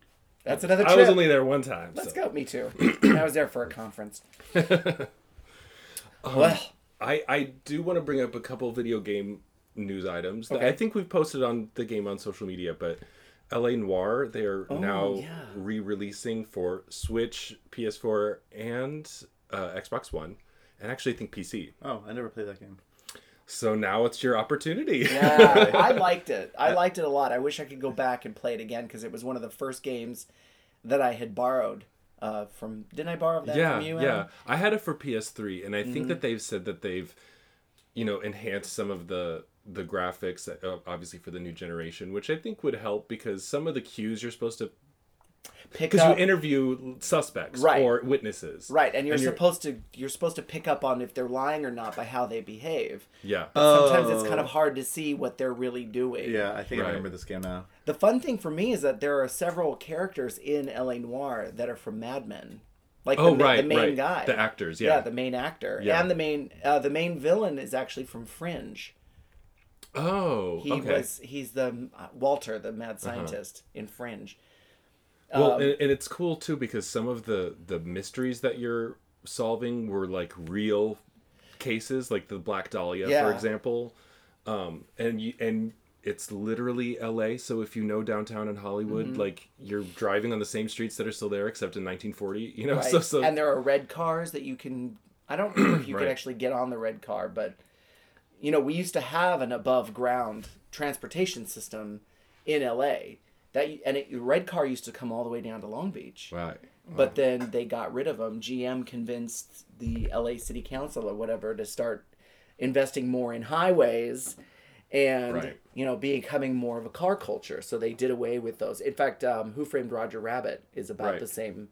S1: That's another.
S2: I
S1: Trip.
S2: was only there one time.
S1: Let's
S2: so.
S1: go. Me too. I was there for a conference.
S2: Um,
S1: well,
S2: I, I do want to bring up a couple video game news items that I think we've posted on the game on social media, but LA Noir, they're now
S1: Oh, yeah.
S2: re releasing for Switch, PS4, and uh, Xbox One, and actually, I think PC.
S4: Oh, I never played that game.
S2: So now it's your opportunity.
S1: yeah, I liked it. I liked it a lot. I wish I could go back and play it again because it was one of the first games that I had borrowed uh, from. Didn't I borrow that
S2: yeah,
S1: from you?
S2: yeah.
S1: Adam?
S2: I had it for PS3, and I
S1: Mm-hmm.
S2: think that they've said that they've, you know, enhanced some of the the graphics, uh, obviously for the new generation, which I think would help because some of the cues you're supposed to
S1: pick
S2: because
S1: up
S2: you interview suspects
S1: Right.
S2: or witnesses.
S1: right, and you're
S2: and you're-
S1: supposed to you're supposed to pick up on if they're lying or not by how they behave.
S2: Yeah.
S1: Sometimes it's kind
S4: Oh.
S1: of hard to see what they're really doing.
S4: Yeah, I think
S2: Right.
S4: I remember this game now.
S1: The fun thing for me is that there are several characters in L.A. Noir that are from Mad Men, like
S2: oh
S1: the, ma-
S2: right,
S1: the main
S2: right.
S1: guy,
S2: the actors.
S1: yeah.
S2: Yeah.
S1: the main actor,
S2: Yeah.
S1: and the main uh, the main villain is actually from Fringe.
S2: oh,
S1: He
S2: okay. Uh-huh.
S1: was he's the uh, Walter, the mad scientist in Fringe.
S2: Well,
S1: um,
S2: and, and it's cool too because some of the the mysteries that you're solving were like real cases, like the Black Dahlia,
S1: Yeah.
S2: for example. Um, and you and it's literally L.A. So if you know downtown in Hollywood,
S1: Mm-hmm.
S2: like you're driving on the same streets that are still there, except in 1940. You know,
S1: Right.
S2: so so
S1: And there are red cars that you can. I don't remember if you
S2: Right.
S1: could actually get on the red car, but you know, we used to have an above ground transportation system in LA. That you- and it, the red car used to come all the way down to Long Beach,
S2: right.
S1: but then they got rid of them. GM convinced the LA City Council or whatever to start investing more in highways and
S2: Right.
S1: you know becoming more of a car culture so they did away with those in fact um, who framed roger rabbit is about
S2: Right.
S1: the same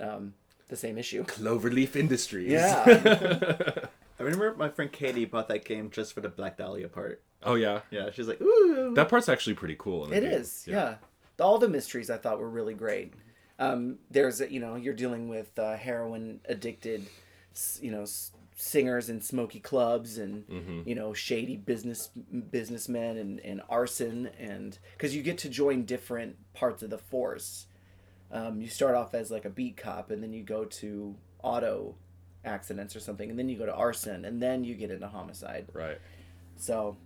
S1: um, the same issue
S2: Cloverleaf Industries.
S1: yeah
S4: I remember my friend Katie bought that game just for the Black Dahlia part.
S2: Oh yeah.
S4: Yeah, she's like, ooh.
S2: That part's actually pretty cool. in the
S1: it
S2: game.
S1: is yeah. all the mysteries i thought were really great um, there's you know you're dealing with uh, heroin addicted s- you know s- singers in smoky clubs and you know shady business businessmen and, and arson and because you get to join different parts of the force um, you start off as like a beat cop and then you go to auto accidents or something and then you go to arson and then you get into homicide
S2: Right.
S1: so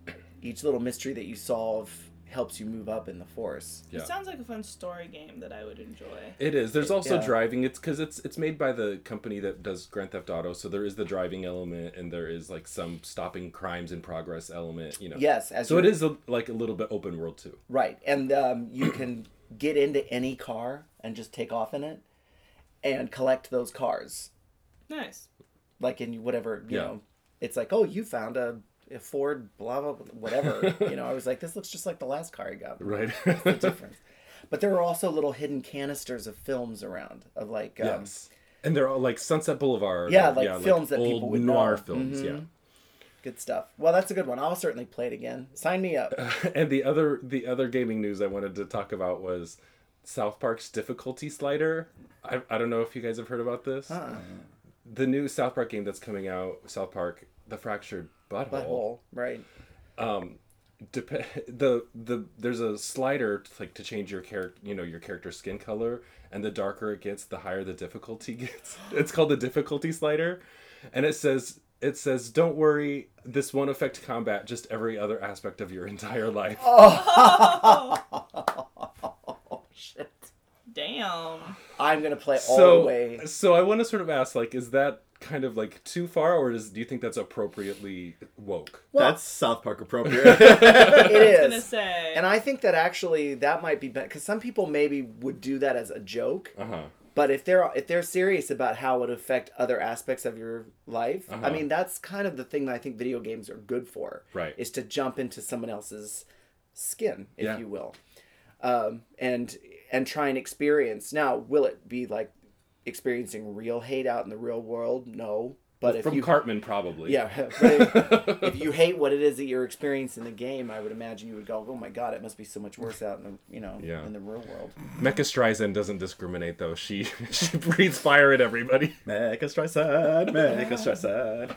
S1: each little mystery that you solve helps you move up in the force.
S2: Yeah.
S3: It sounds like a fun story game that I would enjoy.
S2: It is. There's also
S1: Yeah.
S2: driving. It's because it's it's made by the company that does Grand Theft Auto, so there is the driving element, and there is like some stopping crimes in progress element. You know.
S1: Yes, as
S2: So
S1: you-
S2: it is a, like a little bit open world too.
S1: Right, and um, you can get into any car and just take off in it, and collect those cars,
S3: Nice.
S1: like in whatever you
S2: Yeah.
S1: know. It's like, oh, you found a, a Ford, blah blah, blah whatever. you know, I was like, this looks just like the last car I got.
S2: Right.
S1: Difference. But there are also little hidden canisters of films around, of like, um,
S2: yes. And they're all like Sunset Boulevard.
S1: Yeah,
S2: or-
S1: like films that
S2: old
S1: people would
S2: noir
S1: know. Mm-hmm.
S2: films. Yeah.
S1: good stuff. Well, that's a good one. I'll certainly play it again. Sign me up.
S2: and the other the other gaming news I wanted to talk about was South Park's difficulty slider. I, I don't know if you guys have heard about this. The new South Park game that's coming out, South Park: The Fractured Butthole.
S1: Butthole, right?
S2: Dep- the the there's a slider to, like to change your character, you know, your character's skin color, and the darker it gets, the higher the difficulty gets. it's called the difficulty slider, and it says it says don't worry, this won't affect combat, just every other aspect of your entire life.
S1: Oh,
S2: Oh,
S1: Shit.
S3: Damn.
S1: I'm gonna play all
S2: so
S1: the way.
S2: so I want to sort of ask like is that kind of like too far or is do you think that's appropriately woke?
S4: That's South Park appropriate.
S1: It
S3: gonna
S1: is.
S3: say.
S1: And I think that actually that might be better because some people maybe would do that as a joke,
S2: Uh-huh.
S1: but if they're if they're serious about how it would affect other aspects of your life,
S2: Uh-huh.
S1: I mean that's kind of the thing that I think video games are good for,
S2: Right.
S1: Is to jump into someone else's skin, if
S2: Yeah.
S1: you will, um, and and try and experience. Now, will it be like experiencing real hate out in the real world? No, but if
S2: From
S1: you
S2: Cartman probably.
S1: yeah. but if you hate what it is that you're experiencing in the game, I would imagine you would go, "Oh my god, it must be so much worse out in the you know
S2: Yeah.
S1: in the real world."
S2: Mecha Streisand doesn't discriminate though. She she breathes fire at everybody.
S4: Make us try sad. Make us try sad.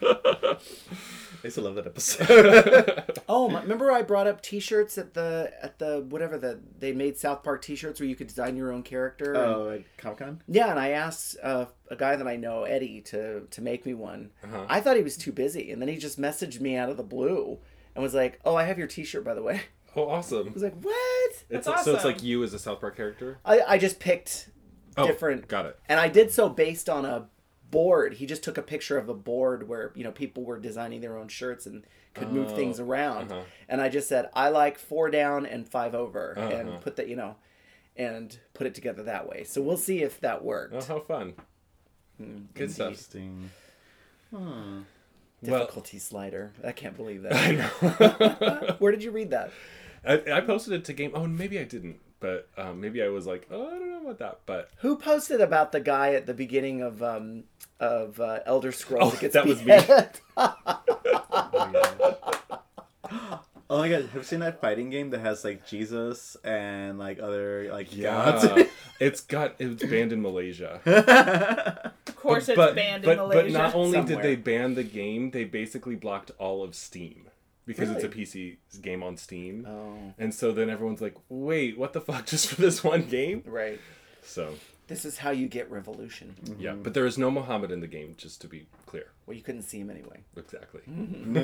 S4: I used to love that episode.
S1: Oh, my, remember I brought up T-shirts at the at the whatever that they made South Park T-shirts where you could design your own character. and-
S4: Oh, at Comic Con?
S1: yeah, and I asked uh, a guy that I know, Eddie, to to make me one. I thought he was too busy, and then he just messaged me out of the blue and was like, "Oh, I have your T-shirt, by the way." I
S2: Oh, awesome.
S1: was like, "What?"
S2: It's
S3: That's
S2: like, so it's
S3: awesome.
S2: like you as a South Park character.
S1: I, I just picked
S2: Oh,
S1: different
S2: Got it.
S1: And I did so based on a board. He just took a picture of a board where, you know, people were designing their own shirts and could
S2: Oh,
S1: move things around.
S2: uh-huh.
S1: And I just said, I like four down and five over
S2: Uh-huh.
S1: and put that, you know, and put it together that way. So we'll see if that worked.
S2: Oh, how fun.
S3: Mm,
S2: Good stuff.
S4: Interesting.
S2: Well,
S1: Difficulty slider. I can't believe that. where did you read that?
S2: I, I posted it to game. Oh, and maybe I didn't, but um, maybe I was like, oh, I don't know about that, but
S1: Who posted about the guy at the beginning of um of uh, Elder Scrolls
S2: Oh,
S1: that gets
S2: that was me.
S1: beheaded?
S4: Oh my god, have you seen that fighting game that has like Jesus and like other like gods?
S2: yeah, uh, it's got it's banned in Malaysia.
S3: Of course, it's banned
S2: but,
S3: in
S2: But
S3: Malaysia.
S2: not only did
S1: somewhere.
S2: they ban the game, they basically blocked all of Steam because it's a
S1: Really?
S2: PC game on Steam.
S3: Oh.
S1: Oh,
S2: And so then everyone's like, "Wait, what the fuck? Just for this one game?"
S1: right.
S2: So
S1: This is how you get revolution.
S2: yeah,
S3: Mm-hmm.
S2: but there is no Muhammad in the game, just to be clear.
S1: Well, you couldn't see him anyway.
S2: Exactly.
S3: Mm-hmm.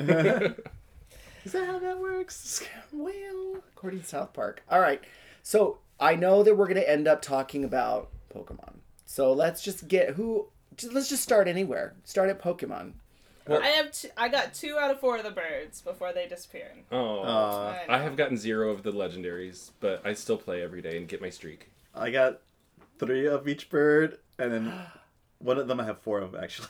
S1: Is that how that works? Well, according to South Park. All right. So I know that we're going to end up talking about Pokemon. So let's just get who. Just, let's just start anywhere. Start at Pokemon.
S3: I have t- I got two out of four of the birds before they disappeared.
S2: Oh,
S4: Uh,
S2: I have gotten zero of the legendaries, but I still play every day and get my streak.
S4: I got three of each bird, and then one of them I have four of actually.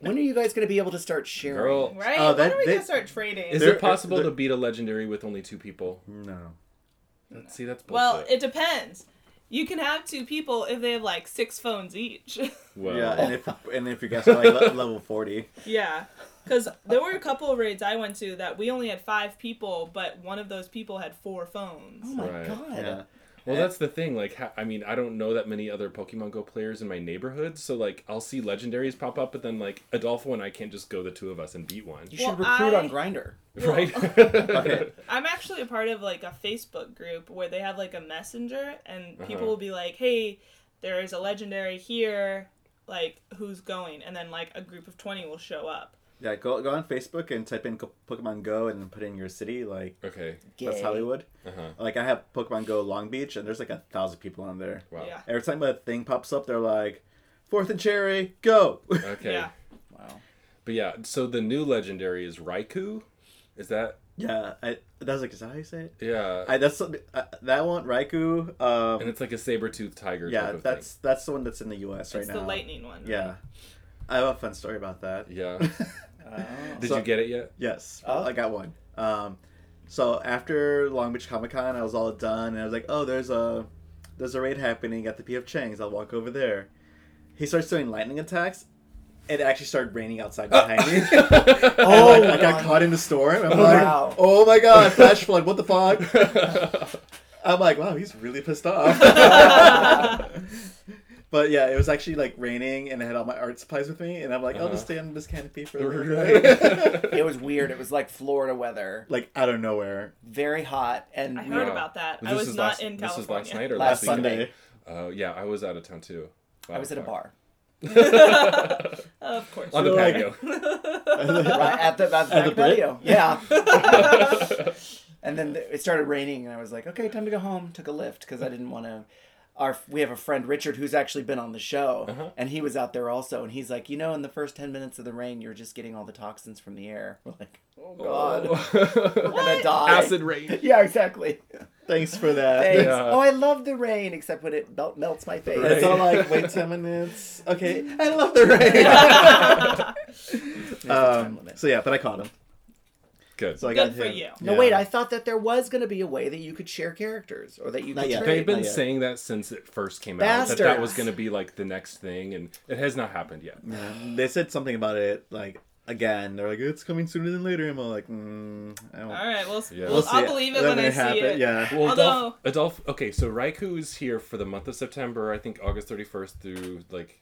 S1: When are you guys going to be able to start sharing?
S2: Girl,
S3: right.
S4: Oh,
S3: when
S4: that-
S3: are we
S4: they-
S3: gonna start trading?
S2: is
S4: There-
S2: it possible
S4: there-
S2: to beat a legendary with only two people?
S4: No. Mm.
S2: See, that's bullshit.
S3: well, it depends. You can have two people if they have like six phones each.
S2: Well,
S4: Yeah, and if and if you guys are like le- level forty,
S3: yeah, because there were a couple of raids I went to that we only had five people, but one of those people had four phones.
S1: Oh my
S2: Right.
S1: god.
S4: yeah.
S2: Well, that's the thing. Like, ha- I mean, I don't know that many other Pokemon Go players in my neighborhood, so like, I'll see legendaries pop up, but then like, Adolfo and I can't just go the two of us and beat one,
S1: You
S3: Well,
S1: should recruit
S3: I-
S1: on Grinder.
S2: right?
S4: Okay.
S3: I'm actually a part of like a Facebook group where they have like a messenger and
S2: Uh-huh.
S3: people will be like, "Hey, there is a legendary here, like who's going?" And then like a group of 20 will show up.
S4: Yeah, go go on Facebook and type in Co- Pokemon Go and then put in your city. Like
S2: okay.
S4: that's
S1: Gay.
S4: Hollywood.
S2: Uh huh.
S4: Like I have Pokemon Go Long Beach, and there's like a thousand people on there.
S2: Wow.
S3: Yeah.
S4: Every time a thing pops up, they're like, Fourth and Cherry, go.
S2: Okay.
S3: Yeah.
S1: Wow.
S2: But yeah, so the new legendary is Raikou. Is that
S4: yeah, I, that's like is that how you say it?
S2: yeah?
S4: I, that's something- uh, that one Raikou.
S2: and
S4: Um,
S2: it's like a saber toothed tiger.
S4: yeah,
S2: type of
S4: that's that's the one that's in the U.S. right
S3: It's
S4: now.
S3: the lightning one. right?
S4: Yeah, I have a fun story about that.
S2: Thing. Yeah. Did
S4: So-
S2: you get it yet?
S4: Yes,
S1: Oh.
S4: I got one. Um, so after Long Beach Comic Con, I was all done, and I was like, "Oh, there's a there's a raid happening at the PF Chang's. I'll walk over there." He starts doing lightning attacks. It actually started raining outside behind me. oh,
S1: Oh,
S4: I got
S1: my-
S4: caught in the storm. I'm like,
S1: Wow.
S4: "Oh my god, flash flood! What the fuck?" I'm like, "Wow, he's really pissed off." But yeah, it was actually like raining, and I had all my art supplies with me, and I'm like, "I'll
S3: Uh-huh.
S4: just stay under this canopy for a little bit."
S1: It was weird. It was like Florida weather.
S4: like out of nowhere.
S1: Very hot and
S3: I
S1: we-
S3: heard
S2: Yeah.
S3: about that. I
S2: This
S3: was
S2: is
S3: not
S2: last-
S3: in
S2: This was
S3: California.
S2: last night or
S1: Last
S2: last,
S1: Sunday.
S2: weekend?
S4: Sunday.
S2: Oh yeah, I was out of town too.
S1: I was at a bar.
S3: Of course.
S2: on the
S4: Like-
S2: patio.
S1: right at the, at the,
S4: At the
S1: back patio. Yeah. and then th- it started raining, and I was like, okay, time to go home. Took a lift because I didn't want to. Our we have a friend Richard who's actually been on the show, and he was out there also, and he's like, you know, in the first ten minutes of the rain, you're just getting all the toxins from the air. We're like, oh god, we're gonna die.
S2: Acid rain.
S1: Yeah, exactly.
S4: Thanks for that.
S1: Thanks.
S2: Yeah.
S1: Oh, I love the rain, except when it melt, melts my face.
S4: It's all like, wait 10 minutes. Okay, I love the rain.
S1: There's a time
S4: um,
S1: limit.
S4: so yeah, but I caught him.
S2: Good.
S4: So I got
S3: Good for
S4: him.
S3: you.
S1: No,
S4: Yeah.
S1: wait. I thought that there was going to be a way that you could share characters, or that you
S4: Not
S1: could
S4: yet.
S1: trade.
S2: They've been
S4: Not yet.
S2: saying that since it first came out that that was
S1: Bastards.
S2: going to be like the next thing, and it has not happened yet.
S4: Yeah, They said something about it, like, again. They're like, it's coming sooner than later. And I'm like, mm, I don't.
S3: All right. Well, s-
S2: Yeah.
S3: well,
S2: We'll
S4: see
S3: I'll believe it when
S4: Then
S3: I see it.
S4: Yeah.
S2: Well,
S3: Although-
S2: Adolf, Adolf, okay, so Raikou is here for the month of September. I think August thirty first through like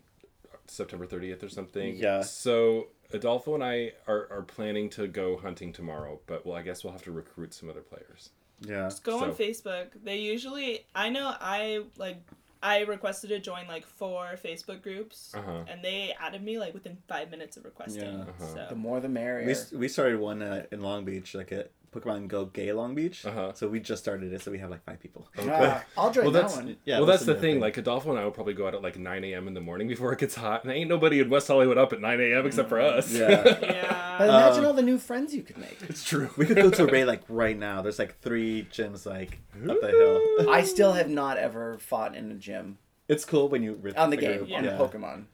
S2: September thirtieth or something.
S4: Yeah.
S2: So Adolfo and I are, are planning to go hunting tomorrow, but well, I guess we'll have to recruit some other players.
S4: Yeah.
S3: Just go on
S2: So-
S3: Facebook. They usually, I know I like, I requested to join like four Facebook groups,
S2: Uh-huh.
S3: and they added me like within five minutes of requesting.
S4: Yeah.
S1: The
S3: So
S1: more the merrier.
S4: We, s- we started one uh, in Long Beach, like at Pokemon Go Gay Long Beach.
S2: Uh-huh.
S4: So we just started it, so we have like five people.
S1: Ah, I'll join
S2: Well,
S1: that
S2: that's-
S1: one.
S4: Yeah,
S2: well, that's the
S4: another
S2: thing. Like Adolfo and I will probably go out at like nine a.m. in the morning before it gets hot, and ain't nobody in West Hollywood up at nine a.m. except
S3: Mm.
S2: for us.
S4: yeah.
S1: But
S3: yeah,
S1: imagine
S2: uh,
S1: all the new friends you could make.
S2: it's true.
S4: we could go to a raid like right now. There's like three gyms like up the hill.
S1: I still have not ever fought in a gym
S4: it's cool when you with
S1: on the
S4: like,
S1: game
S4: group,
S1: on
S4: yeah.
S1: the Pokemon.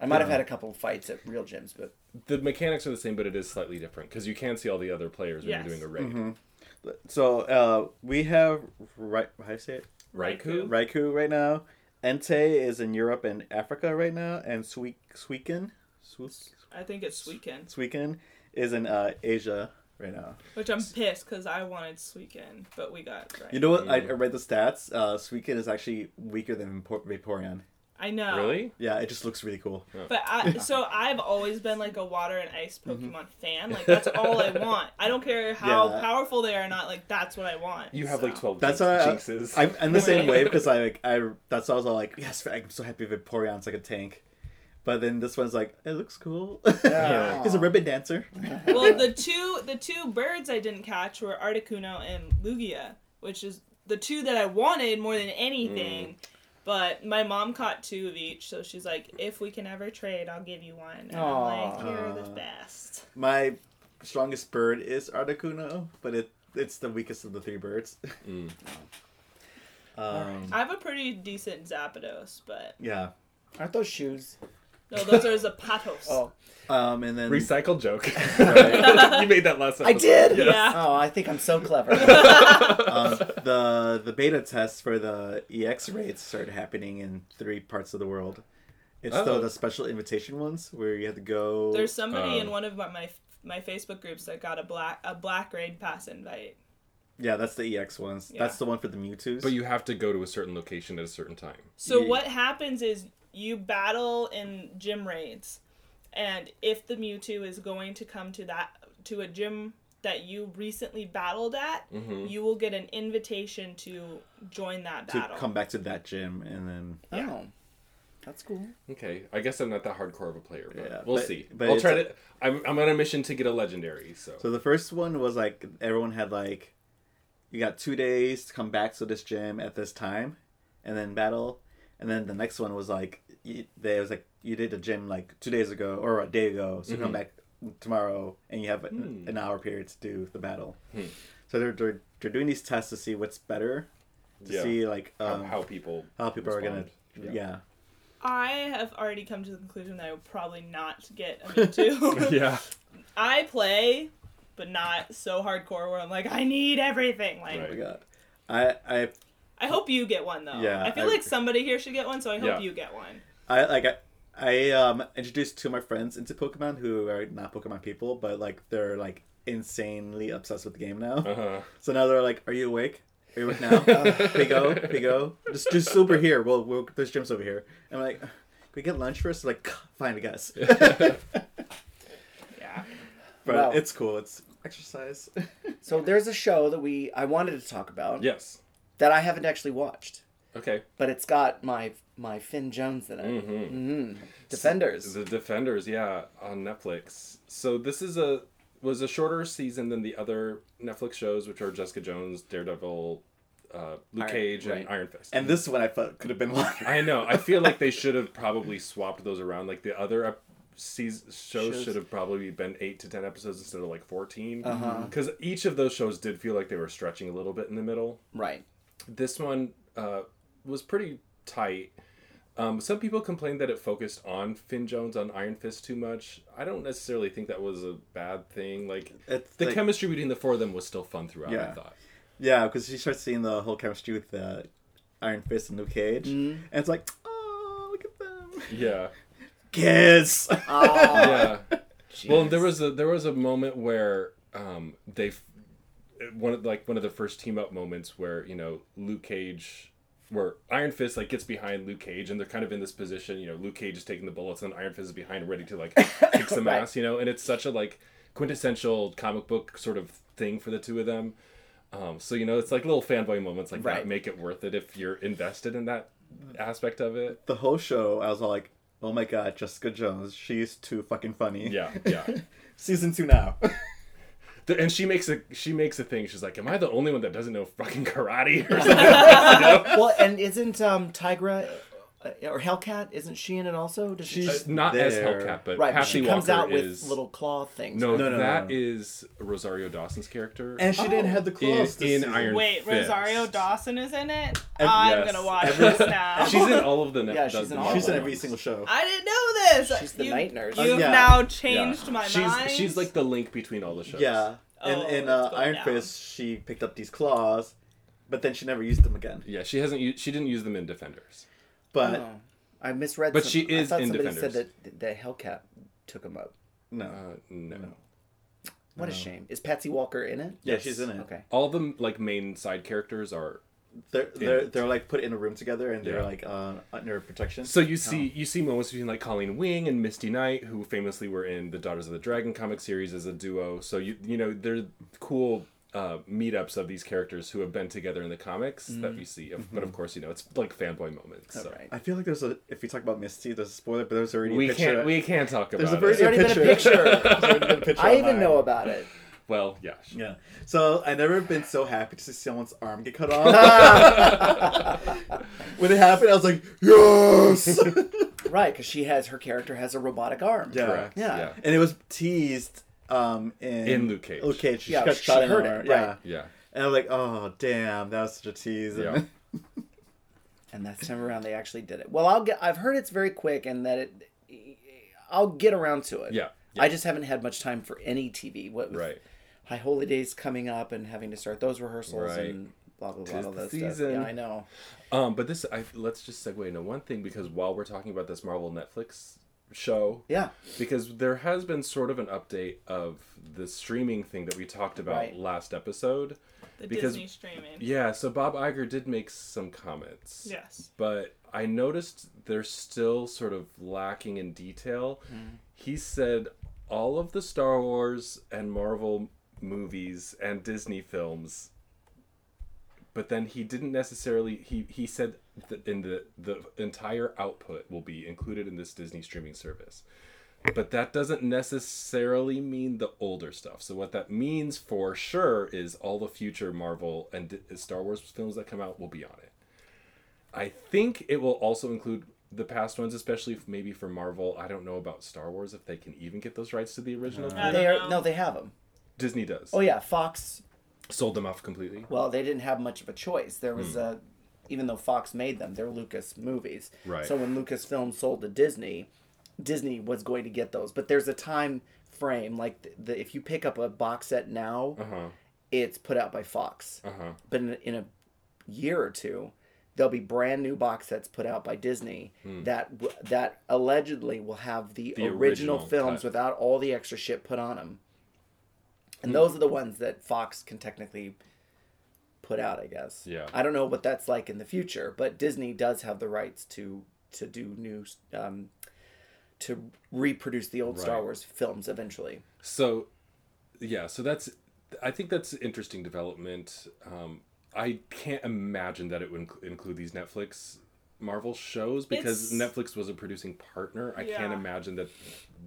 S1: I might have had a couple of fights at real gyms, but
S2: the mechanics are the same, but it is slightly different because you can see all the other players when
S3: Yes.
S2: you're doing a raid.
S4: Mm-hmm. So uh, we have right, how do you say it?
S2: Raikou.
S3: Raikou.
S4: Raikou right now, Entei is in Europe and Africa right now, and Suik Suiken, Suik-
S3: I think it's Sweetkin,
S4: Suiken is in uh, Asia right now.
S3: which I'm pissed because I wanted Sweetkin, but we got right.
S4: You know what? I, I read the stats. Uh, Suiken is actually weaker than Vapor- Vaporeon.
S3: I know.
S2: Really?
S4: Yeah, it just looks really cool.
S3: But I, so I've always been like a water and ice Pokemon fan. Like that's all I want. I don't care how
S4: Yeah.
S3: powerful they are or not. Like that's what I want.
S2: You have
S3: so.
S2: like twelve
S4: That's
S2: jin-
S4: why I,
S2: jinxes.
S4: I'm in the same way because I like I that's why I was all like yes I'm so happy Vaporeon's like a tank, but then this one's like it looks cool.
S1: Yeah.
S4: He's a ribbon dancer.
S3: Well, the two the two birds I didn't catch were Articuno and Lugia, which is the two that I wanted more than anything. But my mom caught two of each, so she's like, "If we can ever trade, I'll give you one." And I'm like, "You're the
S4: Aw.
S3: best."
S4: My strongest bird is Articuno, but it it's the weakest of the three birds. um,
S3: I have a pretty decent Zapdos, but
S4: yeah.
S1: Aren't those shoes?
S3: no, those are Zapatos.
S1: Oh,
S4: Um, and then
S2: Recycled joke.
S4: Right.
S2: Mm-hmm. you made that last. Episode.
S1: I did.
S3: Yeah.
S1: Oh, I think I'm so clever.
S4: um, the the beta tests for the EX raids started happening in three parts of the world. It's
S2: Oh.
S4: the, the special invitation ones where you have to go.
S3: There's somebody in
S2: Um,
S3: one of my, my my Facebook groups that got a black a black raid pass invite.
S4: Yeah, that's the EX ones.
S3: Yeah.
S4: That's the one for the Mewtwo's.
S2: But you have to go to a certain location at a certain time.
S3: So
S4: Ye-
S3: what happens is you battle in gym raids, and if the Mewtwo is going to come to that to a gym that you recently battled at, you will get an invitation to join that
S4: Mm-hmm. to
S3: battle.
S4: come back to that gym and then
S1: Oh, that's cool.
S2: Okay, I guess I'm not that hardcore of a player, but
S4: Yeah,
S2: we'll
S4: but-
S2: see.
S4: but
S2: I'll
S4: it's
S2: try
S4: a-
S2: to. I'm, I'm on a mission to get a legendary. So,
S4: So the first one was like everyone had like you got two days to come back to this gym at this time and then battle. And then the next one was like y- they was like you did the gym like two days ago or a day ago, so
S2: Mm-hmm.
S4: come back tomorrow and you have an,
S2: Hmm.
S4: an hour period to do the battle. So they're, they're they're doing these tests to see what's better to
S2: Yeah.
S4: see like
S2: how-
S4: um,
S2: how,
S4: how,
S2: people
S4: people are gonna
S2: respond.
S4: yeah.
S3: I have already come to the conclusion that I will probably not get a Mewtwo.
S2: yeah.
S3: I play, but not so hardcore where I'm like I need everything. Like
S4: Oh
S2: Right.
S4: my god, I I
S3: I hope you get one though.
S4: Yeah,
S3: I feel
S4: I-
S3: like somebody here should get one, so I hope
S2: Yeah.
S3: you get one.
S4: I like I, I um introduced two of my friends into Pokemon who are not Pokemon people, but like they're like insanely obsessed with the game now.
S2: Uh-huh.
S4: So now they're like, "Are you awake? Are you awake now? Pigo, Pigo, just just over here. Well, we'll there's gyms over here." I'm like, "Can we get lunch first? They're like, fine, I guess.
S3: Yeah.
S4: but
S1: Wow.
S4: it's cool. It's exercise.
S1: So there's a show that we I wanted to talk about
S2: Yes.
S1: that I haven't actually watched,
S2: Okay.
S1: but it's got my my Finn Jones in it.
S4: Mm-hmm.
S1: Mhm. Defenders.
S2: The Defenders, yeah, on Netflix. So this is a was a shorter season than the other Netflix shows, which are Jessica Jones, Daredevil, uh, Luke
S1: Iron-
S2: Cage,
S1: right.
S2: and Iron Fist.
S4: and this one I thought could have been longer.
S2: I know. I feel like they should have probably swapped those around. Like the other ep- seas- shows
S1: Shows.
S2: should have probably been eight to ten episodes instead of like fourteen.
S4: Mm-hmm.
S2: Because each of those shows did feel like they were stretching a little bit in the middle.
S1: Right.
S2: This one uh, was pretty tight. Um, some people complained that it focused on Finn Jones on Iron Fist too much. I don't necessarily think that was a bad thing. Like
S4: It's
S2: the
S4: like-
S2: chemistry between the four of them was still fun throughout. I
S4: Yeah.
S2: thought.
S4: Yeah, because she starts seeing the whole chemistry with uh, Iron Fist and Luke Cage, and it's like, oh, look at them,
S2: Yeah.
S4: kiss.
S1: Ah,
S2: Yeah. Well, and there
S1: jeez.
S2: was a there was a moment where um, they f- one of like one of the first team up moments where you know Luke Cage, where Iron Fist like gets behind Luke Cage and they're kind of in this position. You know, Luke Cage is taking the bullets and Iron Fist is behind, ready to like kick some
S1: Right.
S2: ass. You know, and it's such a like quintessential comic book sort of thing for the two of them. Um, so you know, it's like little fanboy moments like
S1: Right.
S2: that make it worth it if you're invested in that aspect of it.
S4: the whole show, I was all like, oh my god, Jessica Jones, she's too fucking funny.
S2: Yeah, yeah.
S4: Season two now.
S2: The- and she makes a she makes a thing. She's like, "Am I the only one that doesn't know fucking karate?" Or something?
S1: well, and isn't um Tigra uh, or Hellcat? Isn't she in it also? Does she?
S2: She's not as
S4: there.
S2: Hellcat, but
S1: right. but
S2: Patsy
S1: she comes
S2: Walker
S1: out with
S2: is
S1: little claw things.
S2: no,
S4: no, no,
S2: that
S4: no.
S2: is Rosario Dawson's character.
S4: and she didn't have the
S2: in,
S4: claws
S2: in Iron
S3: Wait,
S2: Fist.
S3: Rosario Dawson is in it? I'm
S4: yes.
S3: gonna watch
S4: Every-
S3: this now.
S2: She's in all of the net.
S1: Yeah, she's in all
S4: She's in
S1: of
S4: every single show.
S3: I didn't know this.
S1: She's the
S3: You-
S1: night nurse.
S3: You've
S4: Yeah.
S3: now changed my
S2: she's,
S3: mind.
S2: She's like the link between all the shows.
S4: Yeah. And
S3: Oh,
S4: in
S3: it's
S4: uh,
S3: going
S4: Iron
S3: down.
S4: Fist, she picked up these claws, but then she never used them again.
S2: yeah. She hasn't. u- She didn't use them in Defenders.
S4: But
S1: Oh, I misread.
S2: But
S1: some-
S2: she is
S1: I thought
S2: in
S1: somebody
S2: Defenders.
S1: said that that Hellcat took him up.
S4: no,
S2: Uh, no.
S1: What a shame. Is Patsy Walker in it?
S4: yeah, she's in it.
S1: Okay.
S2: All the like main side characters are.
S4: They're they're,
S2: it.
S4: they're like put in a room together and they're
S2: Yeah.
S4: like uh, under protection.
S2: So you see you see moments between like Colleen Wing and Misty Knight, who famously were in the Daughters of the Dragon comic series as a duo. So you you know they're cool uh, meetups of these characters who have been together in the comics
S4: Mm.
S2: that we see. But
S4: Mm-hmm.
S2: of course, you know it's like fanboy moments. So.
S1: right.
S4: I feel like there's a if we talk about Misty, there's a spoiler, but there's already a
S2: We
S4: picture.
S2: can't we can't talk about
S4: there's a
S2: it.
S4: very
S1: There's already been a picture.
S4: There's already been a picture
S1: I even
S4: online.
S1: know about it.
S2: Well, yeah.
S4: Yeah. So I never been so happy to see someone's arm get cut off. when it happened, I was like, yes.
S1: Right, because she has her character has a robotic arm.
S4: yeah.
S2: Correct,
S4: Yeah.
S2: yeah.
S4: And it was teased um, in
S2: In Luke Cage.
S4: Luke Cage. She
S1: Yeah,
S4: got
S1: she
S4: shot in
S1: heard
S4: the
S1: it,
S4: arm.
S1: right.
S4: Yeah.
S2: Yeah.
S4: And I'm like, oh damn, that was such a tease.
S2: Yeah.
S1: And that time around, they actually did it. Well, I'll get. I've heard it's very quick, and that it. I'll get around to it.
S2: Yeah,
S1: I just haven't had much time for any TV. What with
S2: Right.
S1: High Holy Days coming up and having to start those rehearsals
S2: Right.
S1: and blah blah blah
S2: Tis
S1: all
S2: the
S1: that stuff.
S2: season.
S1: Yeah, I know.
S2: Um, but this, I, let's just segue into one thing because while we're talking about this Marvel Netflix show,
S1: Yeah.
S2: because there has been sort of an update of the streaming thing that we talked about
S1: Right.
S2: last episode.
S3: The
S2: Because-
S3: Disney streaming.
S2: Yeah, so Bob Iger did make some comments.
S3: Yes.
S2: But I noticed they're still sort of lacking in detail. He said all of the Star Wars and Marvel movies and Disney films but then he didn't necessarily he he said that in the the entire output will be included in this Disney streaming service. But that doesn't necessarily mean the older stuff. So what that means for sure is all the future Marvel and D- Star Wars films that come out will be on it. I think it will also include the past ones, especially if maybe for Marvel. I don't know about Star Wars if they can even get those rights to the original.
S3: I don't
S1: Uh, They are,
S3: know.
S1: no, they have them.
S2: Disney does.
S1: Oh yeah, Fox.
S2: Sold them off completely.
S1: Well, they didn't have much of a choice. There
S2: Hmm.
S1: was a, even though Fox made them, they're Lucas movies.
S2: Right.
S1: So when Lucasfilm sold to Disney, Disney was going to get those. But there's a time frame. Like the, the, if you pick up a box set now,
S2: Uh-huh.
S1: it's put out by Fox.
S2: Uh-huh.
S1: But in, in a year or two, there'll be brand new box sets put out by Disney that w- that allegedly will have the,
S2: Hmm. The
S1: original,
S2: original
S1: films
S2: cut.
S1: without all the extra shit put on them.
S2: Hmm.
S1: And those are the ones that Fox can technically put out, I guess.
S2: Yeah.
S1: I don't know what that's like in the future, but Disney does have the rights to to do new um, to reproduce the old Star
S2: Right.
S1: Wars films eventually.
S2: So, yeah, so that's, I think that's an interesting development. Um, I can't imagine that it would inc- include these Netflix Marvel shows because
S3: It's-
S2: Netflix was a producing partner. I can't
S3: Yeah.
S2: imagine that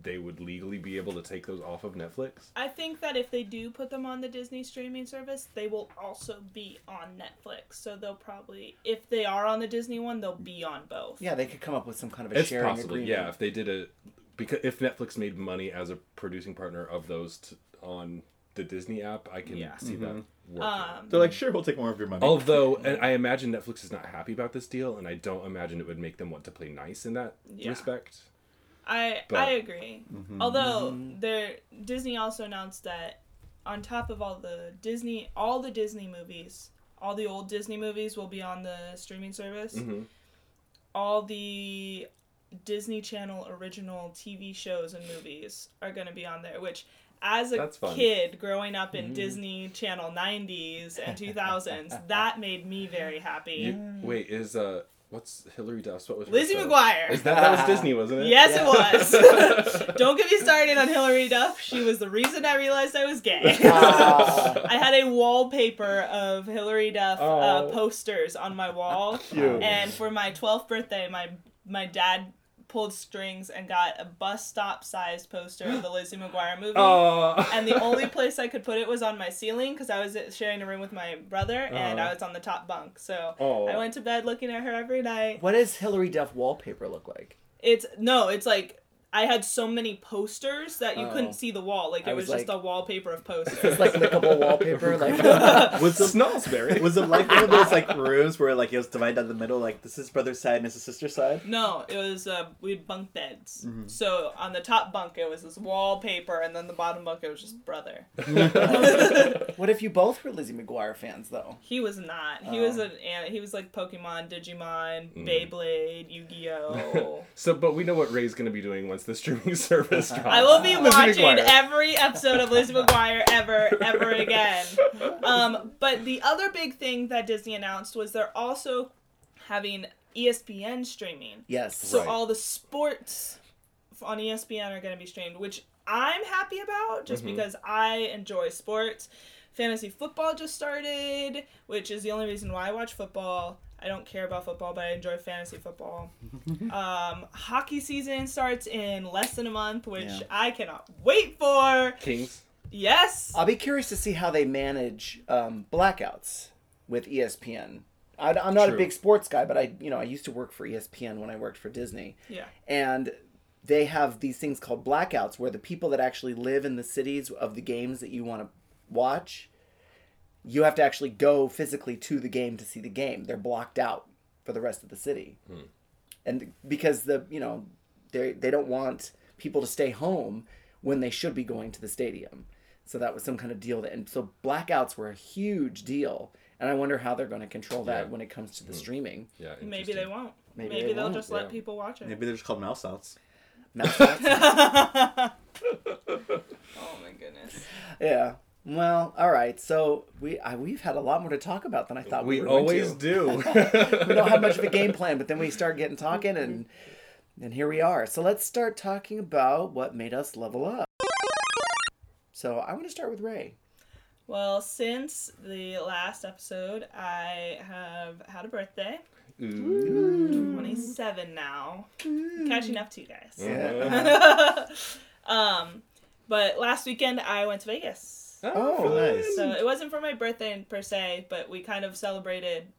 S2: they would legally be able to take those off of Netflix.
S3: I think that if they do put them on the Disney streaming service, they will also be on Netflix. So they'll probably, if they are on the Disney one, they'll be on both.
S1: Yeah, they could come up with some kind of a
S2: It's
S1: sharing
S2: possible,
S1: agreement.
S2: yeah, if they did a, because if Netflix made money as a producing partner of those t- on the Disney app, I can
S3: Yeah.
S2: see that
S1: Mm-hmm.
S2: working.
S3: Um,
S4: They're like, sure, we'll take more of your money.
S2: Although, and I imagine Netflix is not happy about this deal, and I don't imagine it would make them want to play nice in that
S3: Yeah.
S2: respect.
S3: I
S2: But- mm-hmm.
S3: I agree. Although there Disney also announced that on top of all the Disney all the Disney movies, all the old Disney movies will be on the streaming service.
S2: Mm-hmm.
S1: Mm-hmm.
S3: All the Disney Channel original TV shows and movies are going to be on there, which as a
S2: That's fun.
S3: kid growing up in Disney Channel 90s and 2000s, that made me very happy.
S2: You, wait, is uh, what's Hillary Duff? What was her
S3: Lizzie
S2: show?
S3: McGuire.
S2: Is that that was Disney, wasn't it?
S3: Yes, it was. Don't get me started on Hillary Duff. She was the reason I realized I was gay.
S1: Ah.
S3: I had a wallpaper of Hillary Duff uh,
S2: Oh.
S3: posters on my wall,
S4: Cute.
S3: and for my 12th birthday, my my dad pulled strings and got a bus stop sized poster of the Lizzie McGuire movie.
S2: Oh.
S3: And the only place I could put it was on my ceiling because I was uh, sharing a room with my brother, and
S2: Uh-huh.
S3: I was on the top bunk. So
S2: Oh.
S3: I went to bed looking at her every night.
S1: What does Hillary Duff wallpaper look like?
S3: It's no, it's like I had so many posters that you
S1: Oh.
S3: couldn't see the wall. Like
S1: I
S3: it was,
S1: was
S3: just
S1: like-
S3: a wallpaper of
S1: It's
S3: posters.
S1: like lickable wallpaper. Like
S4: Was it,
S2: Snellsberry.
S4: was it like one of those like rooms where like it was divided down the middle, like this is brother's side and this is sister's side?
S3: no, it was uh, we had bunk beds.
S1: Mm-hmm.
S3: So on the top bunk it was this wallpaper, and then the bottom bunk it was just brother.
S1: what if you both were Lizzie McGuire fans though?
S3: He was not. He
S1: Oh. Mm-hmm.
S3: was an an- he was like Pokemon, Digimon, Beyblade, Yu Gi Oh.
S2: So, but we know what Ray's going to be doing once the streaming service
S1: Uh-huh.
S2: drops.
S3: I will be
S1: Lizzie
S3: watching
S1: McGuire.
S3: every episode of Lizzie McGuire ever, ever again. Um, but the other big thing that Disney announced was they're also having E ESPN streaming.
S1: Yes.
S3: So
S2: Right.
S3: all the sports f- on E ESPN are going to be streamed, which I'm happy about just because I enjoy sports. Fantasy football just started, which is the only reason why I watch football. I don't care about football, but I enjoy fantasy football. um, hockey season starts in less than a month, which
S1: Yeah.
S3: I cannot wait for.
S2: Kings.
S3: Yes.
S1: I'll be curious to see how they manage um, blackouts with E ESPN. I, am not
S2: True.
S1: a big sports guy, but I, you know, I used to work for E ESPN when I worked for Disney,
S3: yeah.
S1: and they have these things called blackouts, where the people that actually live in the cities of the games that you want to watch, you have to actually go physically to the game to see the game. They're blocked out for the rest of the city, and because the, you know, they they don't want people to stay home when they should be going to the stadium. So that was some kind of deal that, and so blackouts were a huge deal. And I wonder how they're going to control that
S2: Yeah. Mm-hmm.
S1: when it comes to the streaming.
S2: Yeah.
S3: Maybe they won't.
S1: Maybe
S3: Maybe,
S1: they
S3: they will
S1: won't,
S3: just
S2: yeah.
S3: let people watch it.
S4: Maybe they're just called mouse outs.
S1: Mouse outs.
S3: Oh my goodness.
S1: Yeah. Well, all right. So we I, we've had a lot more to talk about than I thought we,
S2: We
S1: were
S2: always
S1: going to.
S2: do.
S1: We don't have much of a game plan, but then we start getting talking, and and here we are. So let's start talking about what made us level up. So I want to start with Ray.
S3: Well, since the last episode, I have had a birthday.
S2: Ooh.
S3: 27 now. Catching up to you guys.
S1: Yeah.
S3: Um, but last weekend I went to Vegas.
S1: Oh, nice.
S3: So it wasn't for my birthday per se, but we kind of celebrated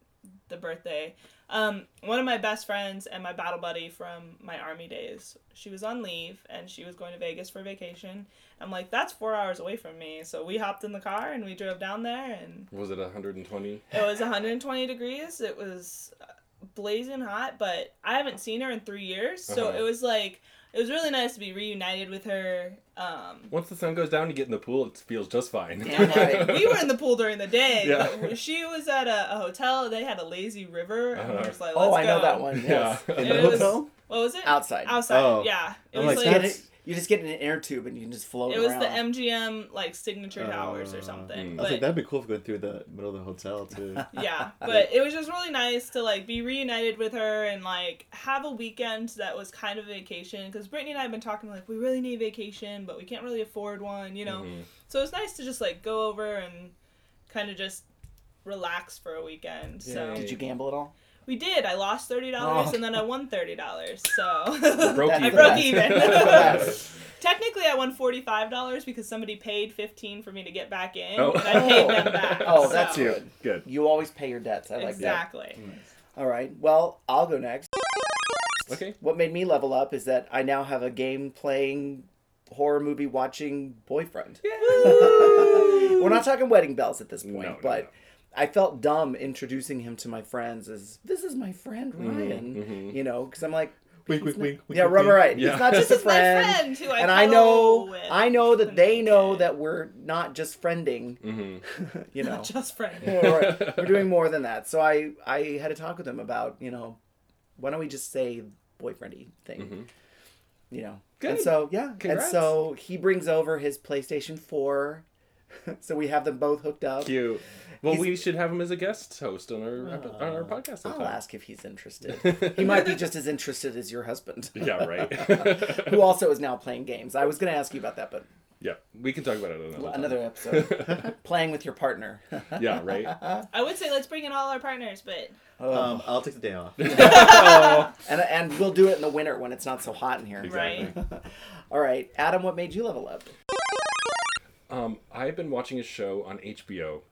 S3: the birthday. Um, one of my best friends and my battle buddy from my army days, she was on leave and she was going to Vegas for vacation. I'm like, that's four hours away from me. So we hopped in the car and we drove down there and
S2: Was it 120?
S3: it was 120 degrees. It was uh, blazing hot, but I haven't seen her in three years, so
S2: Uh-huh.
S3: it was like it was really nice to be reunited with her. Um,
S2: Once the sun goes down, you get in the pool. It feels just fine.
S1: Damn right.
S3: we were in the pool during the day.
S2: Yeah.
S3: but she was at a, a hotel. They had a lazy river, and we
S2: Uh-huh.
S3: were just like, Let's
S1: oh, I know
S3: go."
S1: that one. Yes.
S2: Yeah.
S4: In
S3: It
S4: the
S3: was-
S4: hotel?
S3: What was it?
S1: Outside.
S3: Outside.
S4: Oh.
S3: Yeah. It
S4: I'm
S3: was
S1: You
S4: like,
S3: like
S1: get
S4: That's-
S1: it- you just get in an air tube and you can just float
S3: it was
S1: around.
S3: the MGM like signature towers or something.
S2: Hmm.
S4: I was like,
S3: but-
S4: that'd be cool if we went through the middle of the hotel too.
S3: yeah but it was just really nice to like be reunited with her and like have a weekend that was kind of vacation because brittany and i have been talking like we really need vacation but we can't really afford one you know
S1: Mm-hmm.
S2: Mhm.
S3: so it's nice to just like go over and kind of just relax for a weekend so
S2: Yay.
S1: Did you gamble at all?
S3: we did i lost $30
S1: Oh.
S3: and then i won $30
S2: I
S3: so
S2: broke
S1: I
S2: even.
S1: broke
S3: even.
S1: Yes.
S3: technically i won $45 because somebody paid 15 for me to get back in
S2: Oh.
S3: and i paid them back
S1: Oh, that's
S3: so-
S1: good.
S2: Good.
S1: You always pay your debts. I like Mm.
S3: exactly
S1: that. All right. Well, I'll go next.
S2: Okay.
S1: What made me level up is that I now have a game playing horror movie watching boyfriend. We're not talking wedding bells at this point,
S2: No, no,
S1: but
S2: no.
S1: I felt dumb introducing him to my friends as this is my friend
S2: Mm-hmm,
S1: Ryan, you know, because I'm like,
S4: wink, wink, wink, wink.
S1: yeah,
S4: wink,
S1: rubber
S4: wink.
S1: right.
S2: Yeah.
S1: He's not just
S3: This
S1: a
S3: is my
S1: friend.
S3: friend who I
S1: and I
S3: cuddle
S1: know,
S3: with.
S1: I know that they know
S3: Okay.
S1: that we're not just friending.
S2: Mm. Mm-hmm.
S1: you know,
S3: just friends
S1: we're, we're doing more than that. So I I had a talk with him about you know, why don't we just say boyfriendy thing, you know. And
S2: Mm-hmm. Good.
S1: so yeah,
S2: Congrats.
S1: and so he brings over his PlayStation Four, so we have them both hooked up.
S2: Cute. Well,
S1: He's-
S2: we should have him as a guest host on our epi- on our podcast
S1: I'll
S2: sometime.
S1: ask if he's interested. he might be just as interested as your husband,
S2: Yeah, right.
S1: who also is now playing games. I was going to ask you about that, but
S2: yeah, we can talk about it another. time.
S1: another episode. playing with your partner.
S2: Yeah, right.
S3: I would say let's bring in all our partners, but
S4: Um, I'll take the day off.
S1: and and we'll do it in the winter when it's not so hot in here.
S3: right.
S1: All right, Adam, what made you level up?
S2: Um, I've been watching a show on HBO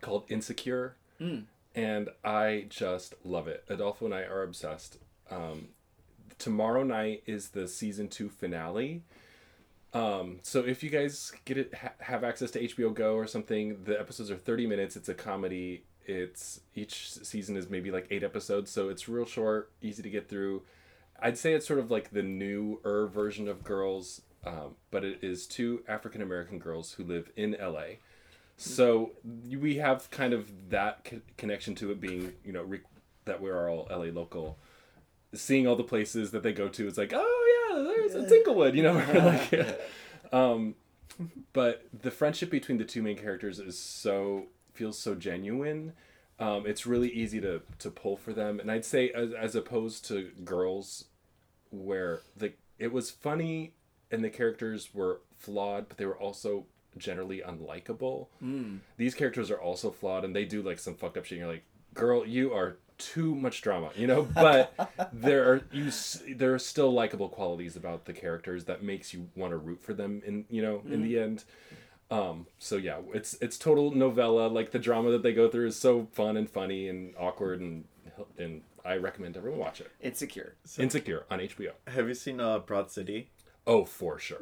S2: called Insecure, and I just love it. Adolfo and I are obsessed. Um, tomorrow night is the season two finale. Um, so if you guys get it, ha- have access to HBO Go or something, the episodes are 30 minutes. It's a comedy. It's each season is maybe like eight episodes, so it's real short, easy to get through. I'd say it's sort of like the newer version of Girls, um, but it is two African American girls who live in LA. So we have kind of that co- connection to it being, you know, re- that we're all LA local. Seeing all the places that they go to, it's like, oh yeah, there's a Tinklewood, you know, or like, um, but the friendship between the two main characters is so feels so genuine. Um, it's really easy to to pull for them, and I'd say as, as opposed to girls, where the it was funny and the characters were flawed, but they were also generally unlikable. These characters are also flawed, and they do like some fucked up shit. And you're like, girl, you are too much drama, you know. But there are you s- there are still likable qualities about the characters that makes you want to root for them, in you know, in the end. Um, so yeah, it's it's total novella. Like the drama that they go through is so fun and funny and awkward and and I recommend everyone watch it.
S1: Insecure.
S2: Insecure on HBO.
S4: Have you seen uh, Broad City?
S2: Oh, for sure.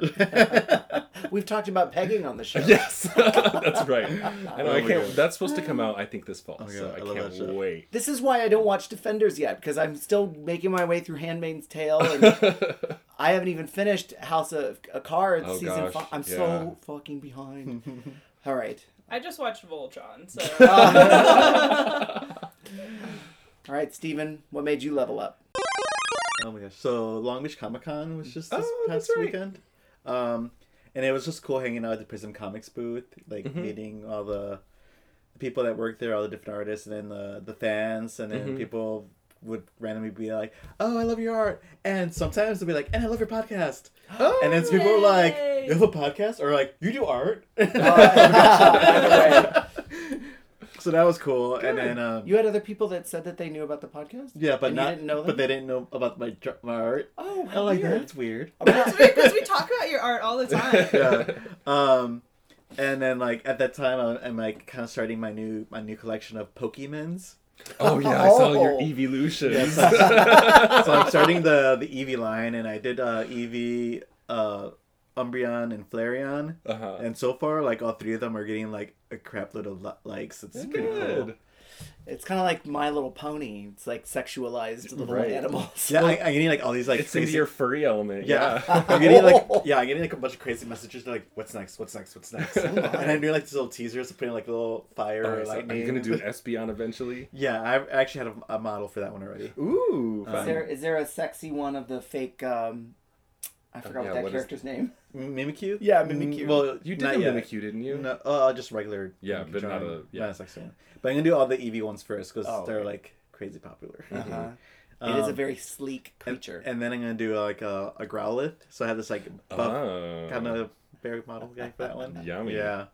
S1: We've talked about pegging on the show.
S2: yes, that's right. I know.
S4: Oh
S2: I
S4: my
S2: can't.
S4: God. Oh
S2: That's supposed to come out. I think this fall.
S4: my
S2: so
S4: God,
S2: I,
S4: I love that show.
S2: can't wait.
S1: This is why I don't watch Defenders yet because I'm still making my way through Handmaid's Tale, and I haven't even finished House of uh, Cards
S2: Oh,
S1: season
S2: gosh,
S1: five. I'm
S2: yeah.
S1: so fucking behind. All right,
S3: I just watched Voltron, so
S1: Uh. all right, Steven, what made you level up?
S4: Oh my gosh. So Long Beach Comic Con was just this
S2: Oh, that's
S4: past
S2: right.
S4: weekend. Um, and it was just cool hanging out at the Prism Comics booth, like
S1: Mm-hmm.
S4: meeting all the people that work there, all the different artists, and then the, the fans, and then
S1: Mm-hmm.
S4: people would randomly be like, "Oh, I love your art," and sometimes they'll be like, "And I love your podcast," and then people are like,
S3: Yay.
S4: "You have a podcast?" or like, "You do art?"
S1: Oh, Alright.
S4: so that was cool. And then um,
S1: You had other people that said that they knew about the podcast.
S4: yeah, but
S1: and you
S4: not
S1: didn't know them?
S4: but they didn't know about my dr- my art.
S1: Oh,
S4: I
S1: how
S4: like
S1: weird.
S4: that's weird.
S3: It's weird because we talk about your art all the time.
S4: yeah. Um, and then like at that time, I'm, I'm like kind of starting my new my new collection of Pokemons.
S2: Oh yeah, I saw your Uh-huh.
S1: Oh.
S2: evolutions.
S4: So I'm starting the the Eevee line, and I did uh, Eevee, uh, Umbreon, and Flareon.
S2: Uh-huh.
S4: And so far, like all three of them are getting like a crap load of li- likes. It's pretty cool.
S2: Good.
S1: It's kind of like My Little Pony. It's like sexualized little
S2: Right.
S1: animals.
S4: Yeah, I, I'm getting like all these like
S2: It's into your furry element.
S4: Yeah.
S2: Yeah.
S4: I'm getting like yeah, I'm getting like a bunch of crazy messages they're like what's next, what's next, what's next, and I'm doing like these little teasers, putting like little fire
S2: All
S4: or
S2: right, so
S4: lightning.
S2: I'm gonna do an Espeon eventually.
S4: Yeah, I have actually had a, a model for that one already.
S2: Ooh.
S1: Is there is there a sexy one of the fake? um I forgot
S2: Oh, yeah,
S1: what that
S2: what is-
S1: character's name.
S4: M- Mimikyu?
S1: Yeah, Mimikyu.
S4: Mm, well,
S2: you did
S4: not
S2: a
S4: yet.
S2: Mimikyu, didn't you?
S4: No, uh, just regular.
S2: Yeah,
S4: Mimikyu
S2: but not
S4: drawing,
S2: a- yeah.
S4: Not a sexy one. But I'm gonna do all the Eevee ones first because
S1: Oh,
S4: they're
S1: okay.
S4: like crazy popular.
S2: Mm-hmm.
S1: Uh-huh. it is a
S4: Um,
S1: very sleek creature.
S4: And then I'm gonna do uh, like a, a Growlithe. So I have this like buff
S2: Oh.
S4: kind of bear model guy for that one.
S2: Yummy.
S4: Yeah.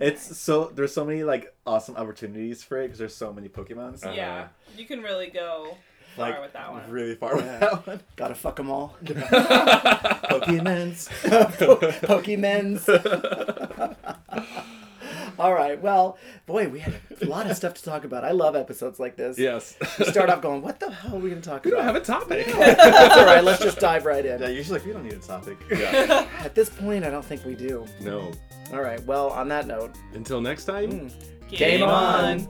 S4: It's so there's so many like awesome opportunities for it because there's so many Pokemons.
S2: Uh-huh.
S3: Yeah, you can really go far
S4: Like
S3: with that one.
S4: really far with
S1: Yeah.
S4: that one.
S1: Gotta fuck them all.
S4: Pokemons.
S1: Pokemons. all right. Well, boy, we had a lot of stuff to talk about. I love episodes like this.
S2: Yes.
S1: We start off going, what the hell are we going to talk
S2: we don't
S1: about?
S2: have a topic.
S1: That's all right. Let's just dive right
S4: yeah,
S1: in.
S4: usually like we don't need a topic.
S2: Yeah.
S1: At this point, I don't think we do.
S2: No.
S1: All right. Well, on that note,
S4: Mm.
S2: Until next time.
S1: Game on.